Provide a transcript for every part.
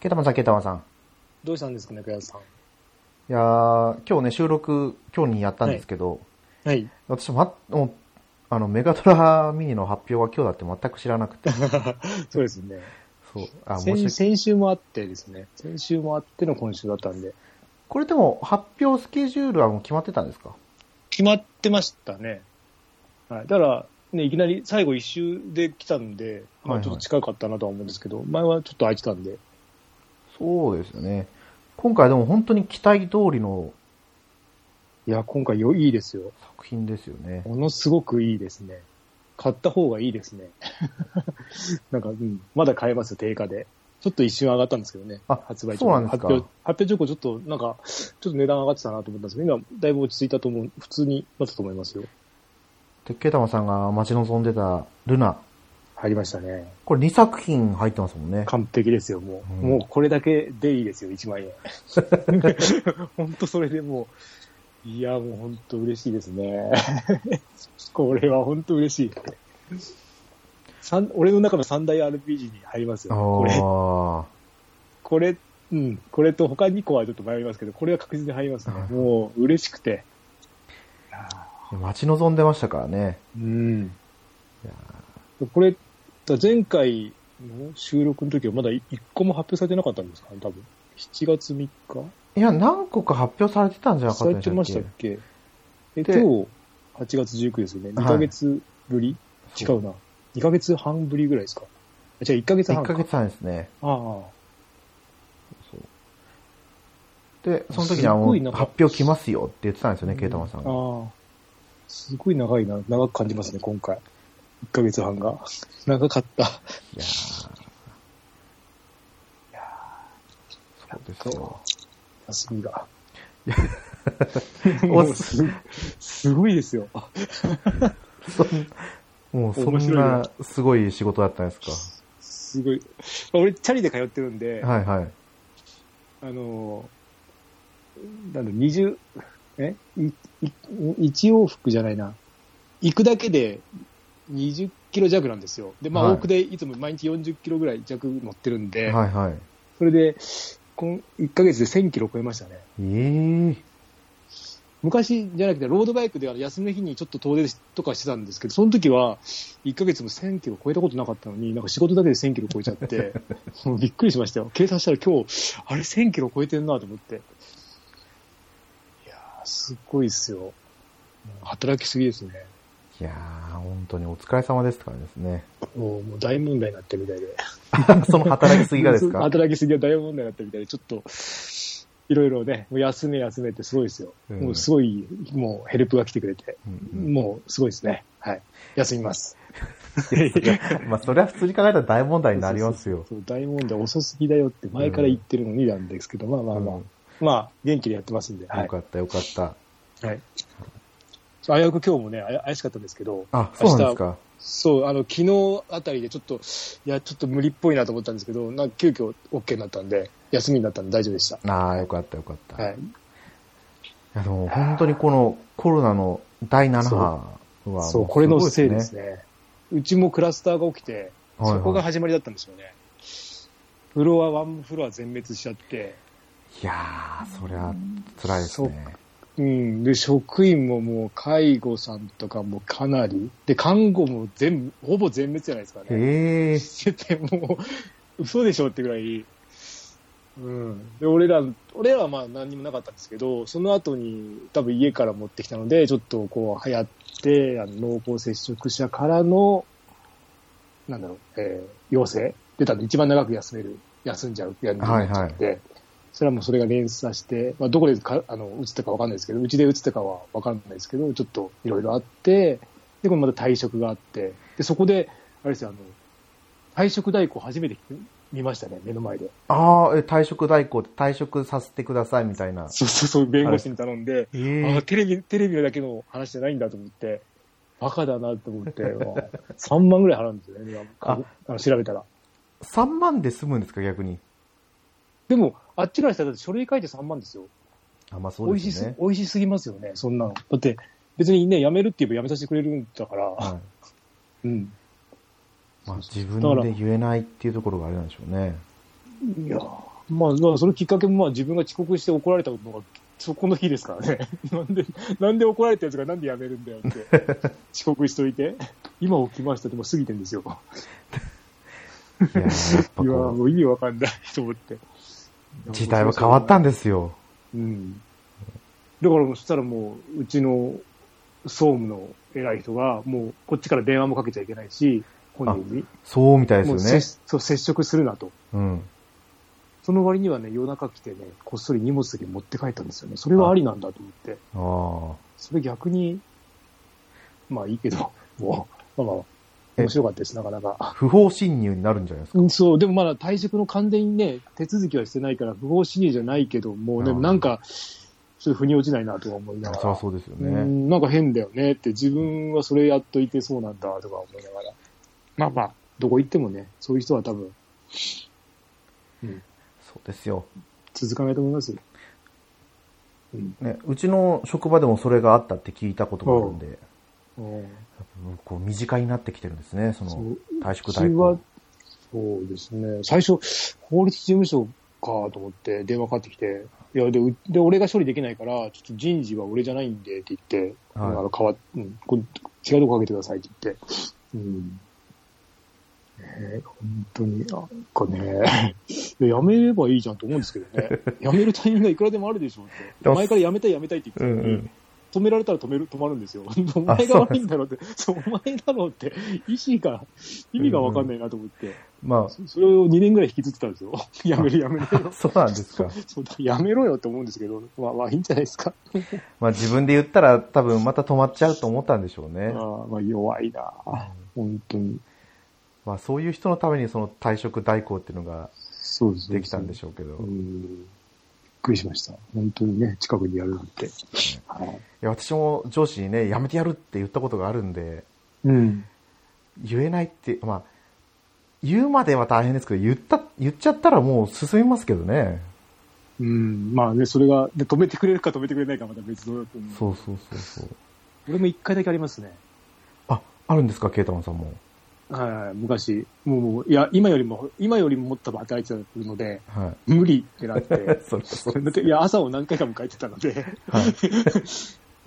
ケタマンさん、ケタマンさん。どうしたんですかね、小籔さん。いやー、今日ね、収録、今日にやったんですけど、はい。私ま、もう、あの、メガドラミニの発表は今日だって全く知らなく て、そうですね。そう、あ、申し先訳先週もあってですね。先週もあっての今週だったんで。これでも、発表スケジュールはもう決まってたんですか決まってましたね。はい。だから、ね、いきなり最後一周で来たんで、まはいはあいちょっと近かったなとは思うんですけど、前はちょっと空いてたんで。そうですよね。今回でも本当に期待通りのいや、今回良いいですよ。作品ですよね。ものすごくいいですね。買った方がいいで すね。なんか、うん、まだ買えますよ、定価で。ちょっと一瞬上がったんですけどね。あ発売そうなんです発か表、発表直後ちょっと、なんか、ちょっと値段上がってたなと思ったんですけど、今、だいぶ落ち着いたと思う。普通になったと思いますよ。で、ケタマンさんが待ち望んでたルナ、入りましたね。これ2作品入ってますもんね。 完璧ですよ、もう。うんもうこれだけでいいですよ、1万円。 本当それでもう、いや、もう本当嬉しいですね。 これは本当嬉しい。三俺の中の三大 RPG に入りますよ。これ、あこれ、うん、これと他2個はちょっと迷いますけど、これは確実に入りますね。うもう嬉しくて。あ、待ち望んでましたからね。うんいや。これ、だ前回の収録の時はまだ1個も発表されてなかったんですかね、多分。7月3日いや、何個か発表されてたんじゃなかさったれでしてたっまけしたっけえ、今で日、8月19日ですよね。はい2ヶ月ぶり、違うな。2ヶ月半ぶりぐらいですかあ違う、1ヶ月1半か。ヶ月半ですね。あで、その時にはもすごういなんか発表来ますよって言ってたんですよあ。ね、ケイタマンさんあが。あ。すごい長いな。長く感じますね、今回。1ヶ月半が。 長かった。いやーそうですよ。休 みが。おもうすすごいですよ。そん もうそ面ん白いななすごい仕事だったんですか。すごい。俺、チャリで通ってるんで、はいはい。あのー、なんだ、二十、えいい一往復じゃないな。行くだけで20キロ弱なんですよ。で、まはあ、い往復でいつも毎日40キロぐらい弱乗ってるんで、はいはい。それで、この1ヶ月で1000キロ超えましたね。ええ昔じゃなくて、ロードバイクであの休みの日にちょっと遠出とかしてたんですけど、その時は、1ヶ月も1000キロ超えたことなかったのに、なんか仕事だけで1000キロ超えち ゃって、もうびっくりしましたよ。計算したら今日、あれ1000キロ超えてるなと思って。いやー、すっごいですよ。もう働きすぎですね。いやー、本当にお疲れ様ですからですね。 もうもう大問題になってるみたいで。その働きすぎがです か。働きすぎは大問題になってるみたいで、ちょっと、いろいろね、もう休め休めってすごいですよ。うんもうすごい、もうヘルプが来てくれて。うんもう、すごいですね。はい。休みます。うんまあ、それは普通に考えたら大問題になりますよ。そう大問題遅すぎだよって前から言ってるのになんですけど、まあまあまあ、うんまあ、元気でやってますんで、はよい。かったよかった。はい、危うく今日もね、あや怪しかったんですけど、あ、そうなんですか。そう、あの、昨日あたりでちょっと、いや、ちょっと無理っぽいなと思ったんですけど、なんか急遽 OK になったんで、休みになったんで大丈夫でした。ああ、よかったよかった。はい。いやでも本当にこのコロナの第7波はもうそう、これのせいですね。ね。うちもクラスターが起きて、はいはいそこが始まりだったんですよね。フロア、ワンフロア全滅しちゃって、いやー、そりゃ辛いですね。うん。で、職員ももう、介護さんとかもかなり、で、看護も全部、ほぼ全滅じゃないですかね。へえー、してて、もう、嘘でしょってぐらい。うん。で、俺ら、俺らはまあ何にもなかったんですけど、その後に多分家から持ってきたので、ちょっとこう流行って、あの濃厚接触者からの、なんだろう、えー、陽性出たんで一番長く休める、休んじゃう、やんじゃうはいはい。で、それはもうそれが連鎖して、まあ、どこでかあの移ったかわかんないですけど、うちで移ったかはわかんないですけど、ちょっといろいろあって、で、これまた退職があって、で、そこで、あれですよ、あの、退職代行初めて見ましたね、目の前で。ああ、え退職代行、退職させてくださいみたいな。そうそうそう、弁護士に頼んで、えあーあ、テレビ、テレビだけの話じゃないんだと思って、バカだなと思 って、まあ3万ぐらい払うんですよね、あああの調べたら。 3万で済むんですか、逆に。でも、あっちからしたらだって書類書いて3万ですよ。あ、まあそ美う味でしすすね。美味しすぎますよね、そんなの。だって、別にね、辞めるって言えば辞めさせてくれるんだから、はいうん。 まあ、自分で言えないっていうところがあれなんでしょうね。いやーまあ、まあ、そのきっかけも、まあ、自分が遅刻して怒られたのが、そこの日ですからね。 なんで、なんで怒られたやつがなんでやめるんだよって。 遅刻しといて。今起きましたでも過ぎてんですよ。いやーやっぱいやこもう意味わかんない と思って。う、時代は変わったんで。ですよ。うん。だから、そしたらもう、うちの総務の偉い人が、もう、こっちから電話もかけちゃいけないし、本人に。そうみたいもうですよね。接そう接触するなと。うん。その割にはね、夜中来てね、こっそり荷物だけ持って帰ったんですよね。それはありなんだと思って。ああ。それ逆に、まあいいけど、 もう、まあまあ、え面白かったです、なかなか。不法侵入になるんじゃないですか。うんそう、でもまだ退職の完全にね、手続きはしてないから、不法侵入じゃないけど、もうね、うんなんか、ちょっと腑に落ちないなとは思いながそりゃら。そうですようね。んなんか変だよねって、自分はそれやっといてそうなんだとか思いながら。まあまあ、どこ行ってもね、そういう人は多分、うん、そうですよ。続かないと思いますよ。うん。ね、うちの職場でもそれがあったって聞いたことがあるんで、やっうんぱこう身近になってきてるんですね、そそのう退職う代ち行は。、そうですね。最初、法律事務所かと思って電話かかってきて、いや、で、うで俺が処理できないから、ちょっと人事は俺じゃないんでって言って、はいあの、変わっ、うん、こ違うとこかけてくださいって言って。うん。ねえ本当に、なんかね、いややめればいいじゃんと思うんですけ どね。やめるタイミングがいくらでもあるでしょうって。でも前からやめたいやめたいって言ってたのに、うんうん止められたら止める、止まるんですよ。おあ前そがうなんです悪いんだろうって、そう、お前だろうって、意思が、意味がわかんないなと思って、まそそれを2年ぐらい引きずってたんですよ。 やめるやめるあ、 そうなんですか。そうだやめろよって思うんですけど、まあまあいいんじゃないですか。まあ自分で言ったら多分また止まっちゃうと思ったんでしょうね。ああまあ弱いな本当に。まあそういう人のためにその退職代行っていうのがそうですできたんでょしょうけど。ういん。びっくりしました。本当にね、近くにやるなんて。はいや私も上司にね、やめてやるって言ったことがあるんで、うん。言えないって、まあ、言うまでは大変ですけど、言った、言っちゃったらもう進みますけどね。うん。まあね、それが、で止めてくれるか止めてくれないかまた別の。そうそうそうそう。俺も一回だけありますね。あ、あるんですか、ケイタマンさんも。はい、昔。もうもう、いや、今よりも、今よりももっと働いてたので、は無理ってなっい。。てそれそだれっていや、朝を何回か迎えてたので。はい。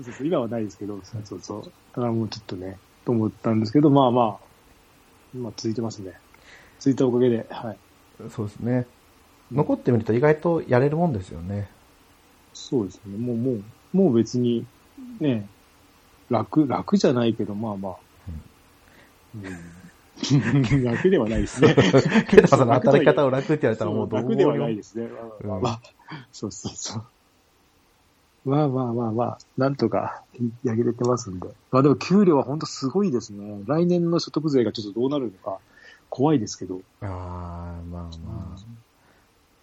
そうそう今はないですけど、そうそうそう。だからもうちょっとね、と思ったんですけど、まあまあ、まあ続いてますね。続いたおかげで、はい。そうですね。残ってみると意外とやれるもんですよね。 そうですね。もう、もう、もう別に、ね、楽、楽じゃないけど、まあまあ。うん 楽ではないですね。ケイタマンさんの働き方を楽って言われたらもうどう楽ではないですね。まあまあまあ、そうそうそう。まあまあまあまあ、なんとかやげれてますんで。まあでも給料は本当すごいですね。来年の所得税がちょっとどうなるのか怖いですけど。ああ、まあまあ。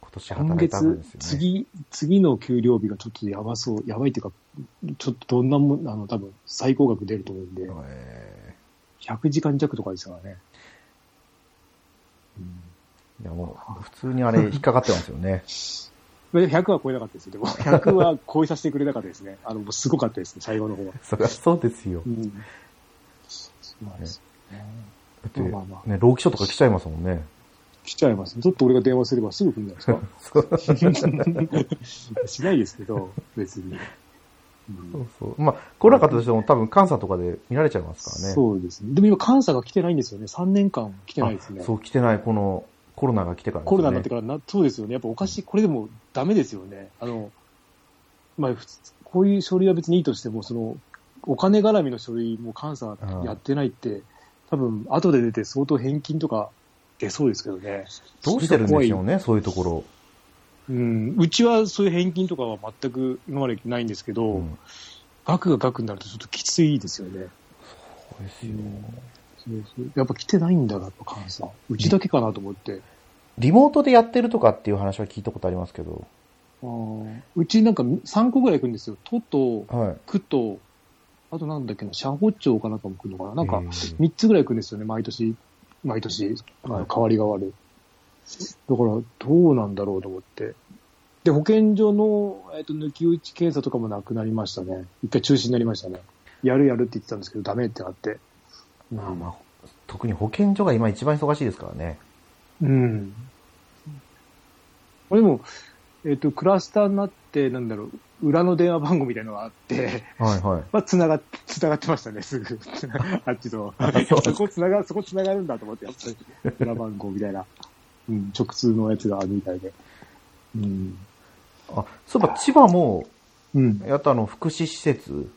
今年今働いたん月です、よね。次、次の給料日がちょっとやばそう、やばいっていうか、ちょっとどんなもん、あの、多分最高額出ると思うんで、え100時間弱とかですからね。うんーいやもう、普通に あれ引っかかってますよね。まあでも100は超えなかったですよ。でも、100は超えさせてくれなかったですね。あの、もうすごかったですね、最後の方は。そりゃそうですよう。ん。そうなんですよね。だって、まあまあね、労基署とか来ちゃいますもんね。来ちゃいます。ちょっと俺が電話すればすぐ来るんじゃないそうです か。しないですけど、別に。うんそうそう。まあ、来なかったとしても多分監査とかで見られちゃいますからね。うそうですね。でも今、監査が来てないんですよね。3年間来てないですね。そう、来てない、このコロナが来てから、コロナになってからな、そうですよね。やっぱおかしい、これでもダメですよね。あの、まあ、普通こういう書類は別にいいとしても、その、お金絡みの書類も監査やってないって、多分、後で出て相当返金とか出そうですけどね。どうしてるんでしょううね、そういうところ。うん、うちはそういう返金とかは全く今までないんですけど、うん。額が額になるとちょっときついですよね。そうですよ。そうそうやっぱ来てないんだな、やっぱ監査。うちだけかなと思って。リモートでやってるとかっていう話は聞いたことありますけど。あーうちなんか3個ぐらい行くんですよ。都と、はい。区と、あとなんだっけな、社保庁かなんかも来るのかな。なんかえー3つぐらい行くんですよね、毎年。毎年、はい変わりが悪い。だから、どうなんだろうと思って。で、保健所の、えっと抜き打ち検査とかもなくなりましたね。一回中止になりましたね。やるやるって言ってたんですけど、ダメってなって。まあまあ、特に保健所が今一番忙しいですからね。うん。これも、えっ、と、クラスターになって、なんだろう、裏の電話番号みたいなのがあって、はいはい。まあ、繋がっ、繋がってましたね、すぐ。 あっちと。そこ繋が、そこ繋がるんだと思って、やっぱり。裏番号みたいな。うん、直通のやつがあるみたいで。うん。あ、そういえば千葉も、うん。やっとあの、福祉施設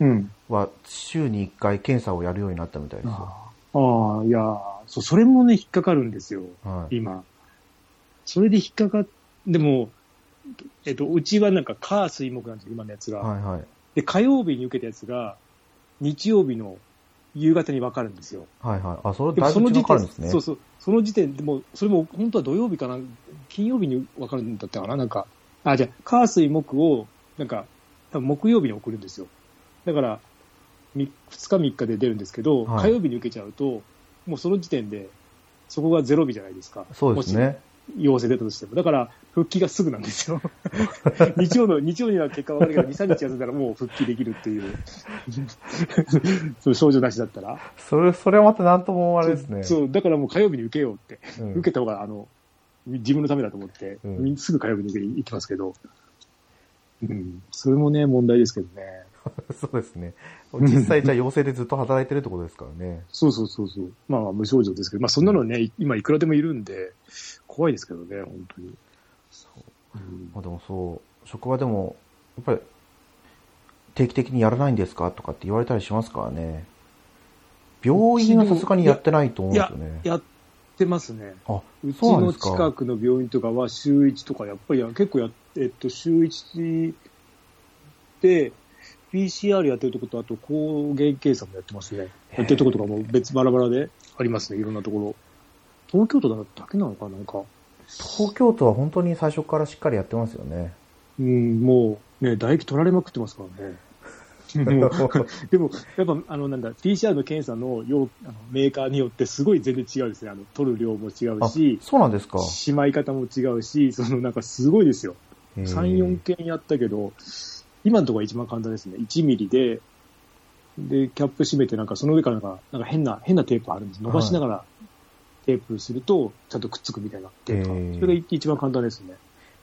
うん。は週に1回検査をやるようになったみたいですよ。ああ、いやーそう、それもね、引っかかるんですよ、はい。今。それで引っかかっ、でも、えっと、うちはなんか、火水木なんですよ、今のやつが。はいはい。で、火曜日に受けたやつが、日曜日の夕方に分かるんですよ。はいはい。あ、それでもだいそぶの時間時かかるん点ですね。そうそう、その時点でもう、それも本当は土曜日かな、金曜日に分かるんだったかな、なんか、あ、じゃあ、火水木を、なんか、多分木曜日に送るんですよ。だから、み2日3日で出るんですけど、はい火曜日に受けちゃうと、もうその時点で、そこがゼロ日じゃないですか。そうですもしね。陽性出たとしても。だから、復帰がすぐなんですよ。 日曜の、日曜には結果分かるけど、2、3日休んだらもう復帰できるっていう。 そう症状なしだったら。それ、それはまた何ともあれですね。そう、そうだからもう火曜日に受けようって。うん受けた方が、あの、自分のためだと思って、うんみんすぐ火曜日に行きますけど。うん。それもね、問題ですけどね。 そうですね。実際じゃあ陽性でずっと働いてるってことですから ね。そうそうそうそう。まあまあ、無症状ですけど、まあそんなのね、い今いくらでもいるんで、怖いですけどね、本当に。うんまあでもそう、職場でも、やっぱり、定期的にやらないんですかとかって言われたりしますからね。病院はさすがにやってないと思うんですよね。やってますね。あ、うちそうなんのですか近くの病院とかは週1とか、やっぱりや結構やっ、えっと、週1で、PCR やってるとこと、あと抗原検査もやってますね。やってるとことかも別バラバラでありますね、いろんなところ。東京都だけなのかななんか。東京都は本当に最初からしっかりやってますよね。うん、もう、ね、唾液取られまくってま すからね。もうでも、やっぱ、あの、なんだ、PCR の検査のようあのメーカーによってすごい全然違うですね。あの、取る量も違う あ、し、そうなんですか。しまい方も違うし、そのなんかすごいですよ。へー3、4件やったけど、今のところが一番簡単ですね。1ミリで、で、キャップ閉めて、なんかその上からなんか、なんか変な、変なテープあるんです。伸ばしながらテープすると、ちゃんとくっつくみたいなテープがへーそれが一番簡単ですね。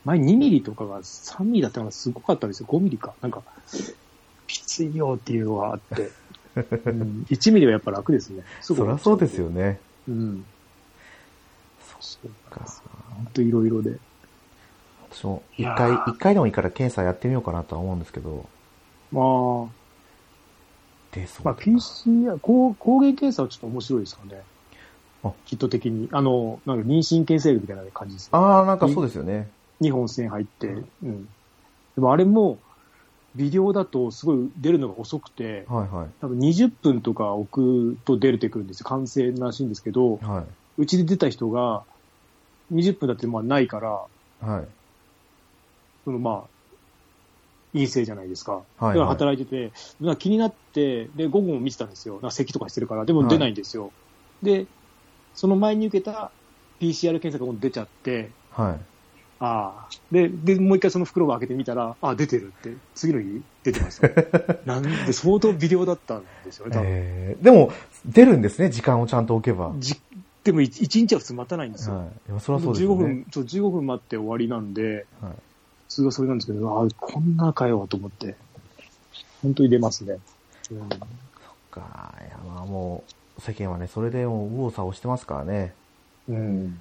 前2ミリとかが3ミリだったのがすごかったんですよ。5ミリか。なんか、きついよっていうのがあ って。うん、1ミリはやっぱ楽ですね。すぐそりゃそうですよね。うん。そそうっか。本当いろいろで。私もい一や回、ー一回でもいいから検査やってみようかなとは思うんですけど。まあ、で、そうまだあ、な PCR、抗抗原検査はちょっと面白いですよねあ。キット的に。あの、なんか妊娠検査薬みたいな感じですよ。あー、なんかそうですよね。 2本線入って。うん。でもあれも、微量だとすごい出るのが遅くて、はいはい。多分20分とか置くと出るてくるんですよ。完成らしいんですけど、はうちで出た人が、20分だってまあないから、い。はい。そのまあ、陰性じゃないですか。はいはいだから働いてて、なんか気になって、で、午後も見てたんですよ。なんか咳とかしてるから、でも出ないんですよ。で、その前に受けた PCR 検査がもう出ちゃって、はい。ああ。で、で、もう一回その袋を開けてみたら、ああ、出てるって、次の日出てま した。なんで、相当微量だったんですよね、多分。えーでも、出るんですね、時間をちゃんと置けば。はい。じでも一一日は普通待たないんですよ。いや、それはそうです15よね。分、そう15分待って終わりなんで、はい普通はそれなんですけど、ああ、こんなかよと思って、本当に出ますね。うんか、いや、まあもう、世間はね、それでもう、右往左往してますからね。うん。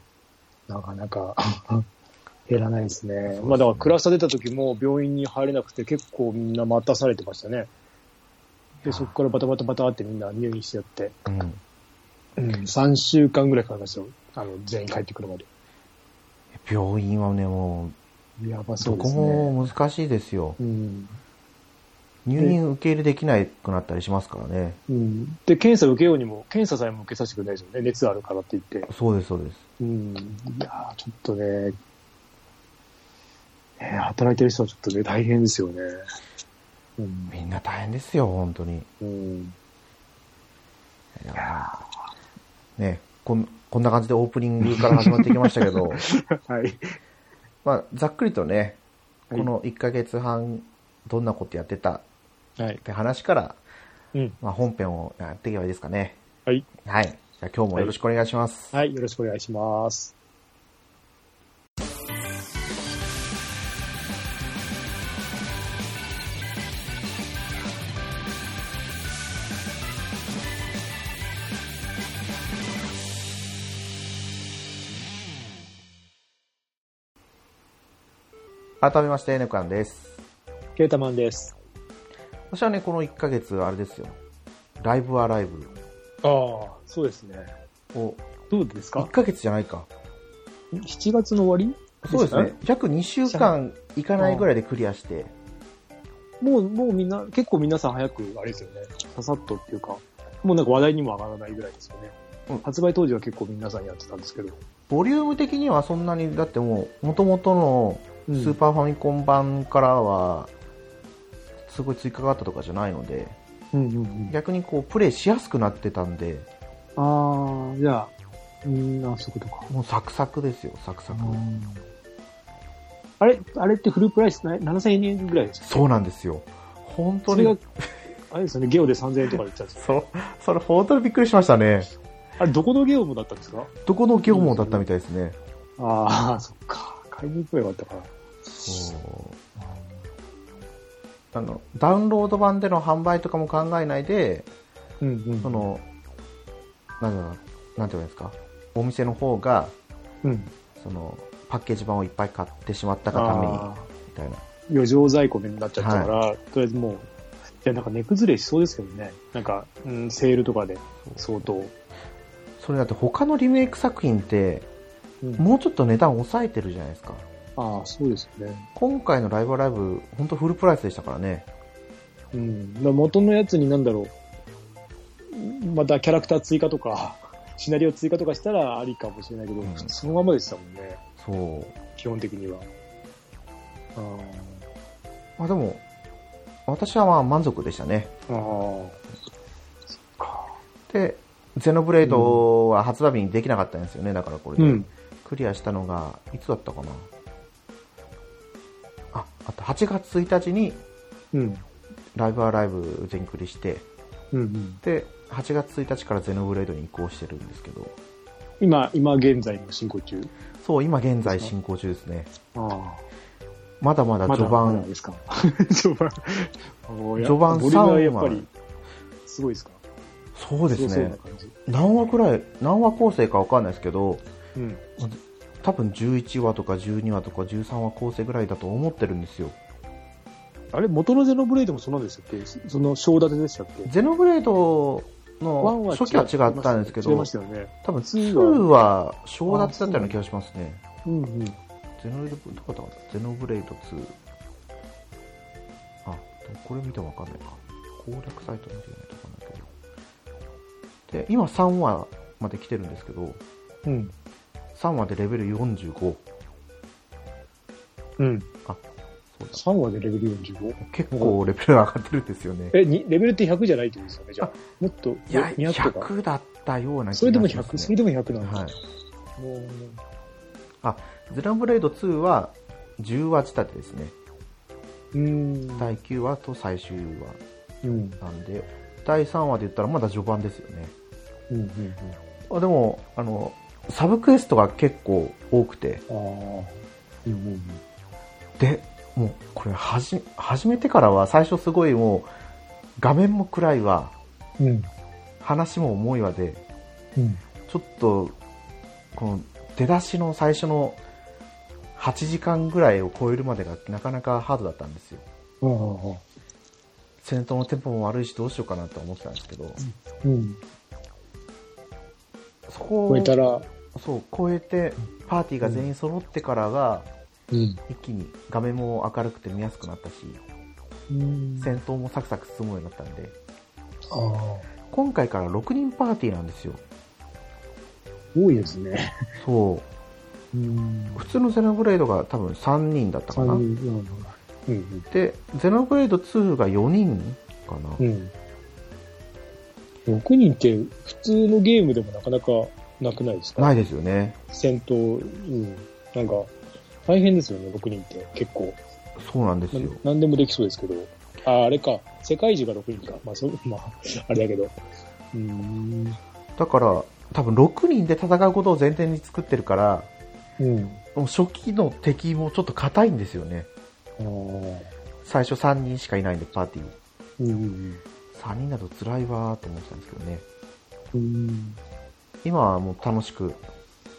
なかなか 減らないですね。すねまあだからクラスター出た時も病院に入れなくて結構みんな待たされてましたね。で、そこからバタバタバタってみんな入院しちゃって、うん。うん、3週間ぐらいかかりましたよ。あの、全員帰ってくるまで。病院はね、もやばう、そどうでこすね。も難しいですよ。うん。入院受け入れできなくなったりしますからね。うん。で、検査受けようにも、検査さえも受けさせてくれないですよね。熱あるからって言って。そうです、そうです。うん。いやーちょっとね、えー働いてる人はちょっとね、大変ですよね。うん。みんな大変ですよ、本当に。うん。いやね、こん、こんな感じでオープニングから始まってきましたけど、 はい。まあ、ざっくりとね、はいこの1ヶ月半、どんなことやってたっはい。て話から、うん。まあ、本編をやっていけばいいですかね。はい。はい。じゃあ今日もよろしくお願いします。はい。よろしくお願いします。改めまして、ネコヤンです。ケータマンです。私はね、この1ヶ月、あれですよ。ライブはライブああ、そうですね。を、どうです1かヶ月じゃないか。 ?7 月の終わりそうですね。。約2週間いかないぐらいでクリアして、もう、もうみんな、結構皆さん早く、あれですよね。ささっとっていうか、もうなんか話題にも上がらないぐらいですよね。うん発売当時は結構皆さんやってたんですけど。ボリューム的にはそんなに、だってもう、元々のスーパーファミコン版からは、すごい追加があったとかじゃないので、うんうんうん。逆にこう、プレイしやすくなってたんで、ああ、じゃあ、うん、あ、そういうことか。もうサクサクですよ、サクサク。あれ、あれってフルプライスない7000円ぐらいですかそうなんですよ。本当それがに、、あれですよね、ゲオで3000円とかで言ってたんですよそ、それ本当にびっくりしましたね。あれ、どこのゲオもだったんですかどこの業務だったみたいですね。ああ、そっか。買いに行けばよかったかそうあの、ダウンロード版での販売とかも考えないで、な。うんうん。そ、の、なんだろう、なんて言うんですか、お店の方が、うん。その、パッケージ版をいっぱい買ってしまったがために、みああ、たいな。余剰在庫になっちゃったから、とりあえずもう、いや、なんか値崩れしそうですけどね。なんか、うん、セールとかで相当。それだって他のリメイク作品って、うんもうちょっと値段抑えてるじゃないですか。ああ、そうですよね。今回のライブライブ、本当フルプライスでしたからね。うん。だから元のやつになんだろう。またキャラクター追加とか、 シナリオ追加とかしたらありかもしれないけど、うんそのままでしたもんね。そう。基本的には。あまあでも、私はまあ満足でしたね。あ。ああ。そっか。で、ゼノブレードは発売日にできなかったんですよね、だからこれで。うん。クリアしたのが、いつだったかな。あ、あと8月1日にうん。ライブアライブ全クリして、うんうん。で、8月1日からゼノブレードに移行してるんですけど、今、今現在の進行中。そう、今現在進行中ですね。あまだまだまだ序まだ盤で、すか。 序盤。おーや序盤ボリュームはやっ3ぱはり、すごいですかそうですごそうなね。感じ。何話くらい、何話構成かわかんないですけど、うん。多分11話とか12話とか13話構成ぐらいだと思ってるんですよ。あれ、元のゼノブレイドもそんなんでしたっけそその、章立てでしたっけゼノブレードワのンは初期は違ったんですけ違いどまし、たよね。多分ツー2はは小立てだったような気がしますね。うんうん。ゼノブレード、どこだったかなゼノブレード2。あ、でもこれ見てもわかんないか。攻略サイト見てみないとわかんないけど。で、今3話まで来てるんですけど、うん。 3話でレベル45。うん。そうだ3話でレベル 45? 結構レベル上がってるんですよね。え、にレベルって100じゃないってことですよね、じゃあ。もっと、いや、 200とか。 100だったような気がします、ね。それでも100、それでも100なんだ。はい。もうゼノブレード2は10話仕立てですね。うん。第9話と最終うん。話なんで、第3話で言ったらまだ序盤ですよね。うん。うん。あでも、あの、サブクエストが結構多くて、ああ。うんうんで、もうこれはじ、始めてからは最初すごいもう、画面も暗いわ、うん。うん。話も重いわで、うん。ちょっと、この出だしの最初の8時間ぐらいを超えるまでがなかなかハードだったんですよ。ああ。戦闘のテンポも悪いしどうしようかなと思ってたんですけど、うん。そこを超えたら、そう超えてパーティーが全員揃ってからがうん。一気に画面も明るくて見やすくなったしうん戦闘もサクサク進むようになったんでああ、今回から6人パーティーなんですよ多いですね。そうんう普通のゼノブレードが多分3人だったか三な人うん。でゼノブレード2が4人かな、うん。うん。6人って普通のゲームでもなかなかなくないですかないい。ですよね戦闘、うん。なんか、大変ですよね、6人って。結構。そうなんですなよ何でもできそうですけど。あ、あれか。世界中が6人か。まあ、そう、まあ、あれだけど。うん。だから多分6人で戦うことを前提に作ってるからうん。もう初期の敵もちょっと硬いんですよねああ。うん最初3人しかいないんでパーティーうん3人だと辛いわーと思ってたんですけどねうん。うん。今はもう楽しく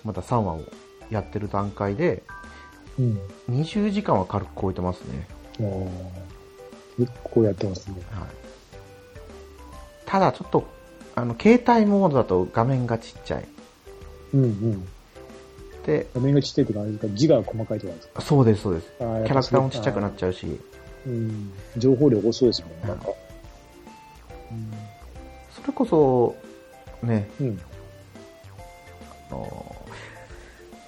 まだ3話をやってる段階でうん。 20時間は軽く超えてますね。もう、結構やってますね。はい、ただちょっと、あの、携帯モードだと画面がちっちゃい。うんうん。で、画面がちっちゃいとか、あれですか字が細かいとかですかそうです、そうです。キャキャラクターもちっちゃくなっゃちゃうし、う。うん。情報量多そうですもんね、なんか。それこそ、ね、うん。うん。あの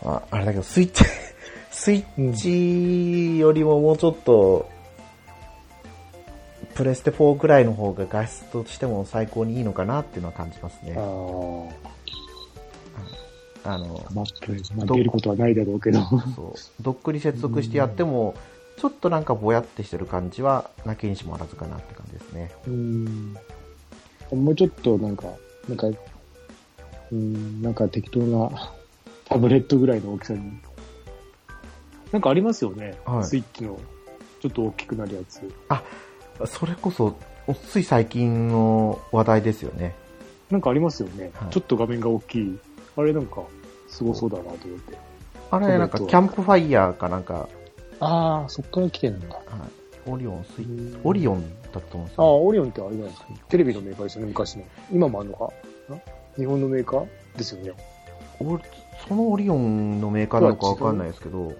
ああれだけど、スイッチ、スイッチよりももうちょっと、プレステ4くらいの方が画質としても最高にいいのかなっていうのは感じますねあ。あ、あの、マップ、まあ、出ることはないだろうけど。そう、どっくり接続してやっても、ちょっとなんかぼやってしてる感じは、なきにしもあらずかなって感じですね。うん。もうちょっとなんか、なんか、うん、なんか適当な タブレットぐらいの大きさに。なんかありますよね。はいスイッチの、ちょっと大きくなるやつ。それこそ、つい最近の話題ですよね。なんかありますよね。はいちょっと画面が大きい。あれなんか、すごそうだなと思って。あれ、なんか、キャンプファイヤーかなんか、ああ、そっから来てるんだ。はい、オリオンスイッチ、オリオンだったと思うんですああ、よ、オリオンってあれじゃないですか。テレビのメーカーですよね、昔の。今もあんのかな日本のメーカーですよね。オリそのオリオンのメーカーなのかわかんないですけど、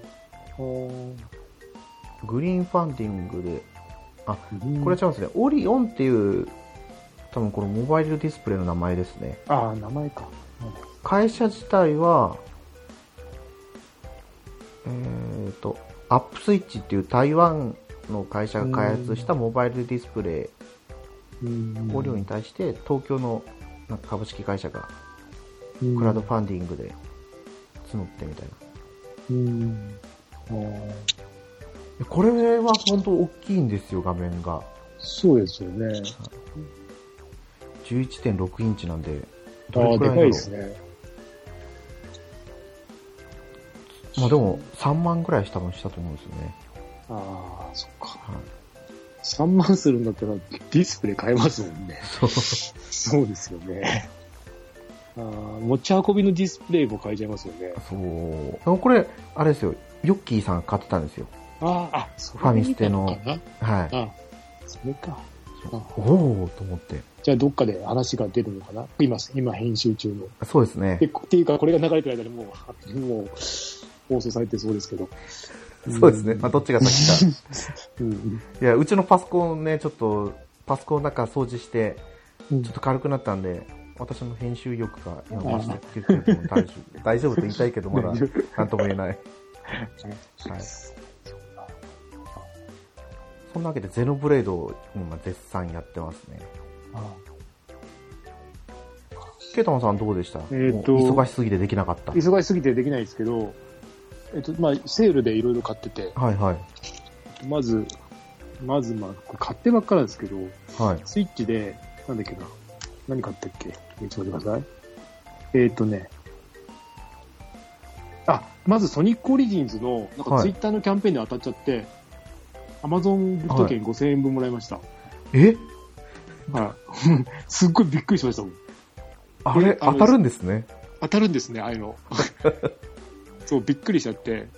グリーンファンディングで、これは違いますね、オリオンっていう、多分このモバイルディスプレイの名前ですね。ああ、名前か。会社自体は、えー、と、アップスイッチっていう台湾の会社が開発したモバイルディスプレイ、うんオリオンに対して東京のなんか株式会社がクラウドファンディングで募ってみたいな。うん。あーでこれは本当大きいんですよ、画面が。そうですよね。 11.6インチなんで、あどあ、れでくらいだろうかいで。すね。まあでも3万ぐらいした分したと思うんですよね。ああ、そっか。はい3万するんだったらディスプレイ買えますもん ね。そう。そうですよね。ああ、持ち運びのディスプレイも買えちゃいますよね。そう。でもこれ、あれですよ、ヨッキーさんが買ってたんですよ。ああ、あ、そファミステのういうことかはい。な。あそれか。あおおと思って。じゃあ、どっかで話が出るのかな今、今編集中の。そうですねで。こっていうか、これが流れてる間にもう、もう、放送されてそうですけど。そうですね。まあ、どっちが先か。うん。いや、うちのパソコンね、ちょっと、パソコンの中掃除して、うんちょっと軽くなったんで、私の編集力が今増してきてるけど、大丈夫。大丈夫と言いたいけど、まだ、なんとも言えない。はい。そんなわけで、ゼノブレードを今絶賛やってますね。あケイタマンさんどうでしたえーともう忙しすぎてできなかった。忙しすぎてできないですけど、えっと、まあ、セールでいろいろ買ってて、はいはい。まず、まず、まあ、これ買ってばっかなんですけど、はい。スイッチで、なんだっけな、何買ったっけちょっと待ってください。えーっ、とね、あ、まずソニックオリジンズの、なんかはいツイッターのキャンペーンで当たっちゃって、アマゾンギフト券5000円分もらいました。えはい。 すっごいびっくりしましたもん。あれ、えあ当のたるんですね。当たるんですね、ああいう の。そう、びっくりしちゃって、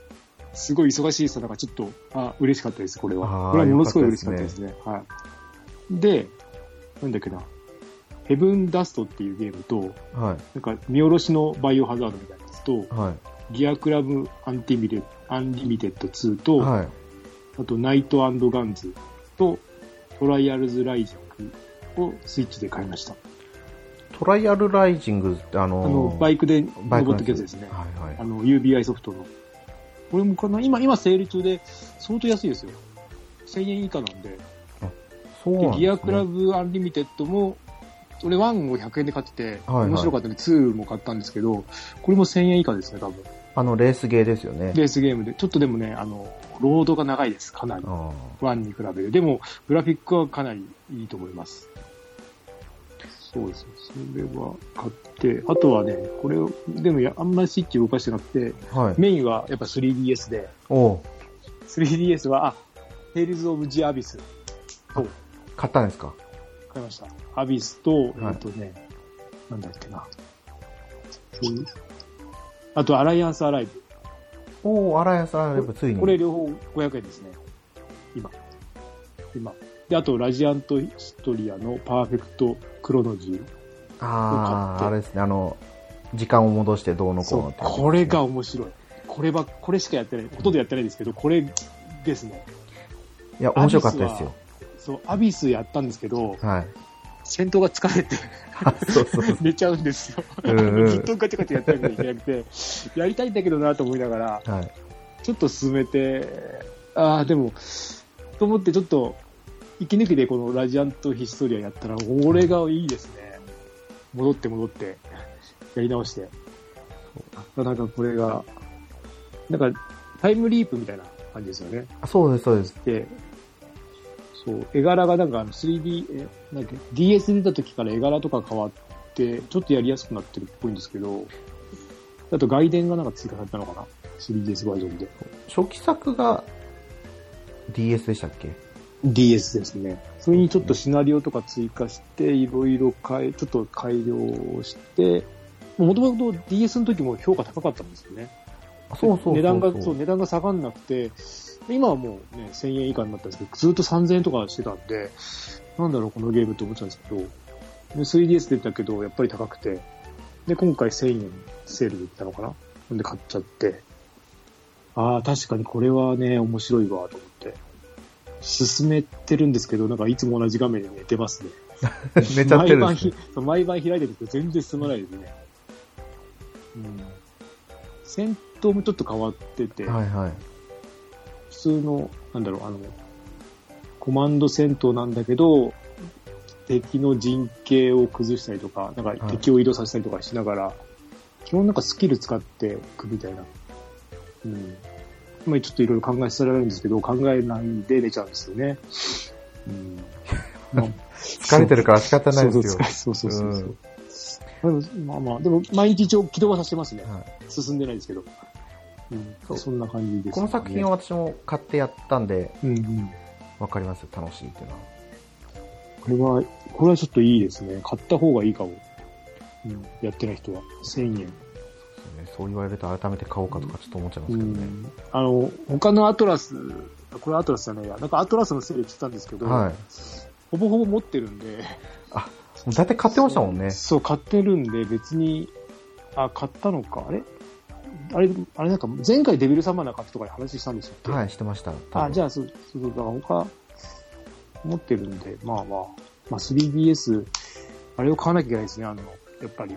すごい忙しいさなんかちょっと、あ、嬉しかったです、これあーは。これはものすごいよか嬉っしたかったでですすね。はい。で、なんだっけな、ヘブンダストっていうゲームと、はなんか見下ろしのバイオハザードみたいなやつとい。、はギアクラブアンティミレアンリミテッド2い。と、はい。あとナイトガンズと、トライアルズライジングをスイッチで買いました。トライアルライジングってああのの、バイクでバイク登ってくやつですね。はいはいあ。の、UBI ソフトの。これもかな今、今、整理中で、相当安いですよ。1000円以下なんで。そうなんでです、ね、ギアクラブアンリミテッドも、俺1を100円で買ってて、はいはい面白かったんで2も買ったんですけど、これも1000円以下ですね、多分。あの、レースゲーですよね。レースゲームで。ちょっとでもね、あの、ロードが長いです、かなり。あ1に比べて。でも、グラフィックはかなりいいと思います。そうですね。それは買って、あとはね、これを、でもやあんまりスイッチ動かしてなくて、あ。はい。メインはやっぱ 3DS で、おう 3DS は、あ、ヘイルズ・オブ・ジ・アビス買ったんですか買いました。アビスと、はいえっとね、なんだっけな。そういうあと、アライアンス・アライブ。おお、あらやさん、やっぱついに。これ両方500円ですね。今。今。で、あと、ラジアントヒストリアのパーフェクトクロノジー。あよかっあ、たあれですね、あの、時間を戻してどうのこそうのう、ってやつですねこれが面白い。これば、これしかやってない、ほとんどやってないんですけど、これですね。いや、面白かったですよ。そう、アビスやったんですけど、はい。戦闘が疲れてあそうそうそう。 寝ちゃうんですよ。うん うんずっとガチャガチャやってなきゃいけなくて、やりたいんだけどなと思いなが ら、はい。ちょっと進めて、ああ、でも、と思ってちょっと、息抜きでこのラジアントヒストリアやったら、俺がいいですね。戻って戻って、やり直して。なんかこれが、なんかタイムリープみたいな感じですよね。あそうです、そうです。で、そう、絵柄がなんかあの 3D、え、なんだっけ DS で出た時から絵柄とか変わって、ちょっとやりやすくなってるっぽいんですけど、あと外伝がなんか追加されたのかな ?3DS バージョンで。初期作が DS でしたっけ DS ですね。それにちょっとシナリオとか追加して、いろいろ変え、ちょっと改良をして、もともと DS の時も評価高かったんですよね。あそうそうそうそう。値段が、そう、値段が下がんなくて、今はもうね、1000円以下になったんですけど、ずっと3000円とかしてたんで、なんだろう、このゲームって思ってたんですけど、で 3DS 出たけど、やっぱり高くて、で、今回1000円セールで売ったのかななんで買っちゃって、ああ、確かにこれはね、面白いわ、と思って、進めてるんですけど、なんかいつも同じ画面で寝てますね。 寝ちゃってるん毎です、ね晩。ひそう毎晩開いてるけど全然進まないですね。うん。戦闘もちょっと変わってて、はいはい。普通の、なんだろう、あの、コマンド戦闘なんだけど、敵の陣形を崩したりとか、なんかはい敵を移動させたりとかしながら、基本なんかスキル使っていくみたいな。うん。まあちょっといろいろ考えさせられるんですけど、考えないで寝ちゃうんですよね。うん。 まあ疲れてるから仕方ないですよ。そうそうそうそうそう。でもまあまあ、でも毎日一応起動はさせてますね。はい進んでないですけど。うん、そそうそんな感じです、この作品は、私も買ってやったんで、うんうん。わかりますよ、楽しいっていうのは。これは、これはちょっといいですね。買った方がいいかも。うん、やってない人は。1000そ円。うねそう言われると改めて買おうかとかちょっと思っちゃいますうけどね。ん。あの、他のアトラス、これアトラスじゃないや。なんかアトラスのセール来てたんですけど、はい。ほぼほぼ持ってるんで。だいたい買ってましたもんね。そう、買ってるんで、別に、あ、買ったのか、あれあれ、あれなんか、前回デビルサマナ買ったとかで話したんでしたっけはい、してました。あ、じゃゃあ、そう、そう、だから他、持ってるんで、まあまあ、まあ 3DS、あれを買わなきゃいけないですね、あの、やっぱり。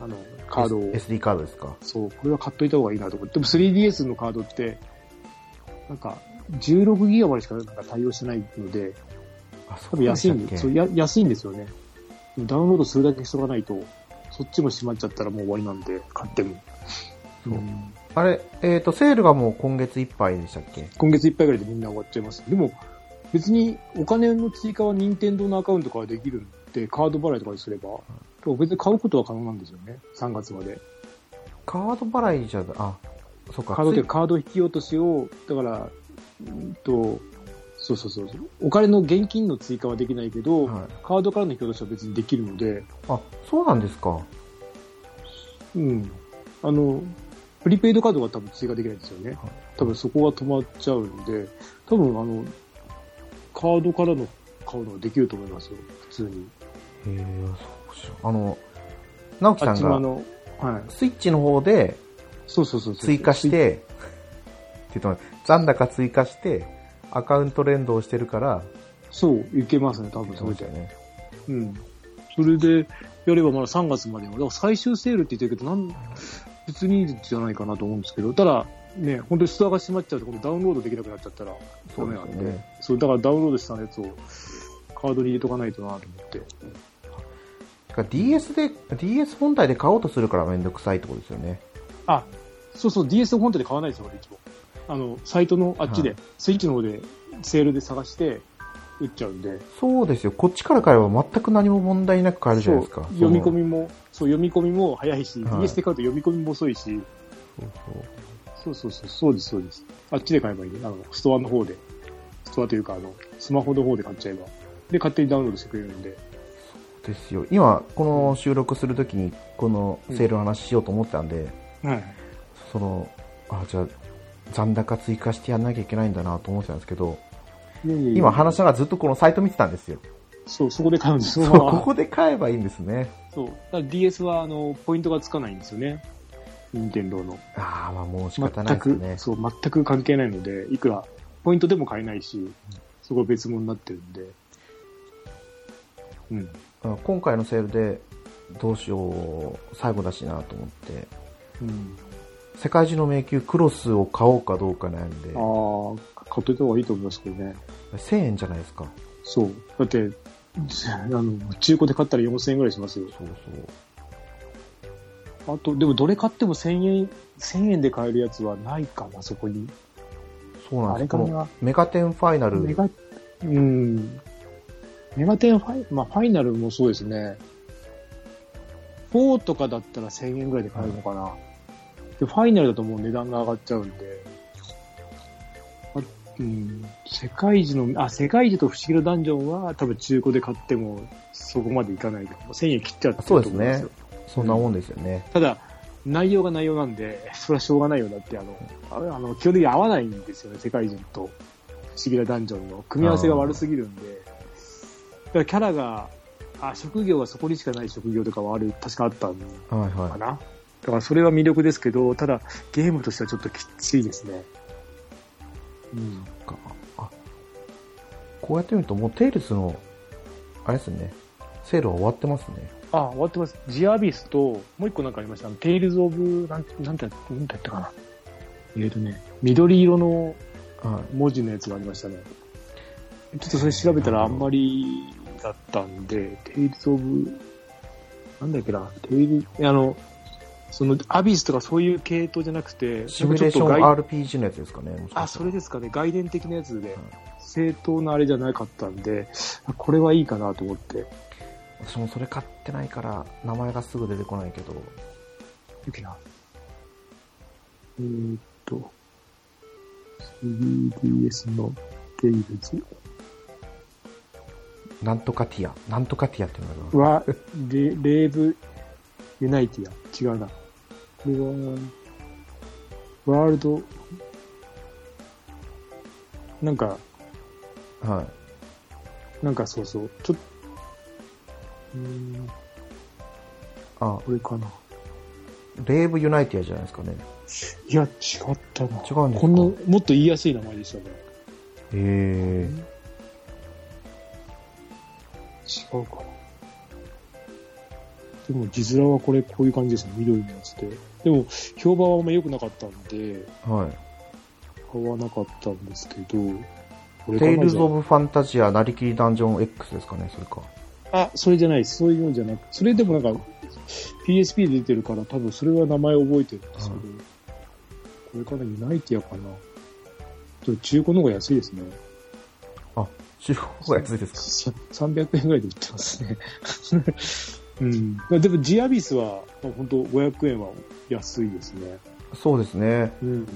あの、カードを。 SD カードですか。そう、これは買っといた方がいいなと思って。でも 3DS のカードって、なんか、16ギガまでしかなんか対応してないので、あ、そ多う分で安しいたっんで、そうけや安いんですよね。ダウンロードするだけしとかないと、そっちも閉まっちゃったらもう終わりなんで、買っても。そううんあれ、えっと、セールがもう今月いっぱいでしたっけ今月いっぱいぐらいでみんな終わっちゃいます。でも、別にお金の追加は任天堂のアカウントからできるんで、カード払いとかにすれば、別に買うことは可能なんですよね。3月まで。カード払いじゃ、あ、そうか。カードっつていういかカード引き落としを、だから、うんと、そうそうそう。お金の現金の追加はできないけど、はいカードからの引き落としは別にできるので、あ、そうなんですか。うん。あの、プリペイドカードが多分追加できないんですよね。多分そこが止まっちゃうんで、多分あの、カードからの買うのはできると思いますよ、普通に。へえ、そうしよう。あの、直樹あさっちんもあが、の、はい。スイッチの方でそうそうそうそう。追加し。て、って言っても残高追加して、アカウント連動してるから、そう、いけますね、多分それだよで。ね。うん。それで、やればまだ3月までは。だから最終セールって言ってるけど、なん、別にいいんじゃないかなと思うんですけど、ただ、ね、本当にストアが閉まっちゃうと、このダウンロードできなくなっちゃったら、そそううでですすよよねね。そう、だからダウンロードしたやつを、カードに入れとかないとなと思って。だから DS で、DS 本体で買おうとするからめんどくさいってことですよね。あ、そうそう、DS 本体で買わないですよ、俺、いつも。あの、サイトのあっちで、はいスイッチの方で、セールで探して、売っちゃうんで。そうですよ。こっちから買えば全く何も問題なく買えるじゃそないうですか。読み込み。みも、そう、読み込みも早いし、はい DS で買うと読み込みも遅いし、そうそうそうそうそう、そうです、そうです。あっちで買えばいいね。あの、ストアの方で。ストアというか、あの、スマホの方で買っちゃえば。で、勝手にダウンロードしてくれるんで。ですよ。今、この収録するときに、このセールの話しようと思ってたんで、はい。その、あ、じゃあ、残高追加してやんなきゃいけないんだなと思ってたんですけど、今今話しながらずっとこのサイト見てたんですよ。そう、そこで買うんです。そう、そのままここで買えばいいんですね。そう。だから DS は、あの、ポイントがつかないんですよね。任天堂の。ああ、まあもう仕全方ないく、ですね。そう、全く関係ないので、いくら、ポイントでも買えないし、そこは別物になってるんで。うん。うん今回のセールで、どうしよう、最後だしなと思って、うん。世界中の迷宮クロスを買おうかどうか悩んで、ああ、買っといた方がいいと思いますけどね。 1000円じゃないですか。そう。だって、あの、中古で買ったら4000円ぐらいしますよ。そうそう。あと、でもどれ買っても1000円、1000円で買えるやつはないかな、そこに。そうなんであれすかこなのメガテンファイナルメ、ガ、うん。メガテンファイ、まあファイナルもそうですね。4とかだったら1000円ぐらいで買えるのかな。で、ファイナルだともう値段が上がっちゃうんで。あうん、世界一の、あ、世界一と不思議のダンジョンは多分中古で買ってもそこまでいかないかも。1000円切っちゃってると思いそうでますすねよ。そんなもんですよね。ただ、内容が内容なんで、それはしょうがないよ。だって、あの、あれあの基本的に合わないんですよね、世界中と。不思議なダンジョンの。組み合わせが悪すぎるんで。だからキャラが、あ、職業がそこにしかない職業とかはある、確かあったのはいかはな。だからそれは魅力ですけど、ただ、ゲームとしてはちょっときっちりですね。うん。いかあ。こうやって見ると、もうテイルズの、あれですね、セールは終わってますね。あ、終わってます。ジアビスと、もう一個なんかありました。あのテイルズ・オブ、なんて、なんて、なんてやったかな。えっとね、緑色のは文字のやつがありましたね。ちょっとそれ調べたらあんまりだったんで、テイルズ・オブ、なんだっけな、テイル、いやあの、その、アビスとかそういう系統じゃなくて、い。シミュレーションなんかちょっと外 RPG のやつですかね、もしかしたらあ、それですかね、外伝的なやつでい、正当なあれじゃなかったんで、あこれはいいかなと思って。私もそれ買ってないから、名前がすぐ出てこないけど、いくらえーっと、3DS のテイルズなんとかティア、なんとかティアっていうのがありますは、レレーブ・ユナイティア。違うな。これは、ワールド、なんか、はい。なんかそうそう、ちょっと、うーん、あ、これかな。レーブユナイティアじゃないですかね。いや、違ったな。違うんですかこんな、もっと言いやすい名前でしへたね。え。違うかな。でも、字面はこれ、こういう感じですね。緑のやつで。でも、評判はあんま良くなかったんで、はい。買わなかったんですけど、これかなテイルズ・オブ・ファンタジア、なりきりダンジョン X ですかね、それか。あ、それじゃないです。そういうのじゃなく、それでもなんか、PSP で出てるから、多分それは名前覚えてるんですけど、これからユナイティアかな。ちょっと中古の方が安いですね。あ、中古が安いですか。さ300円ぐらいで売ってますね。 うん。まあでも、ジアビスは、まあ、本当500円は安いですね。そうですね。うん。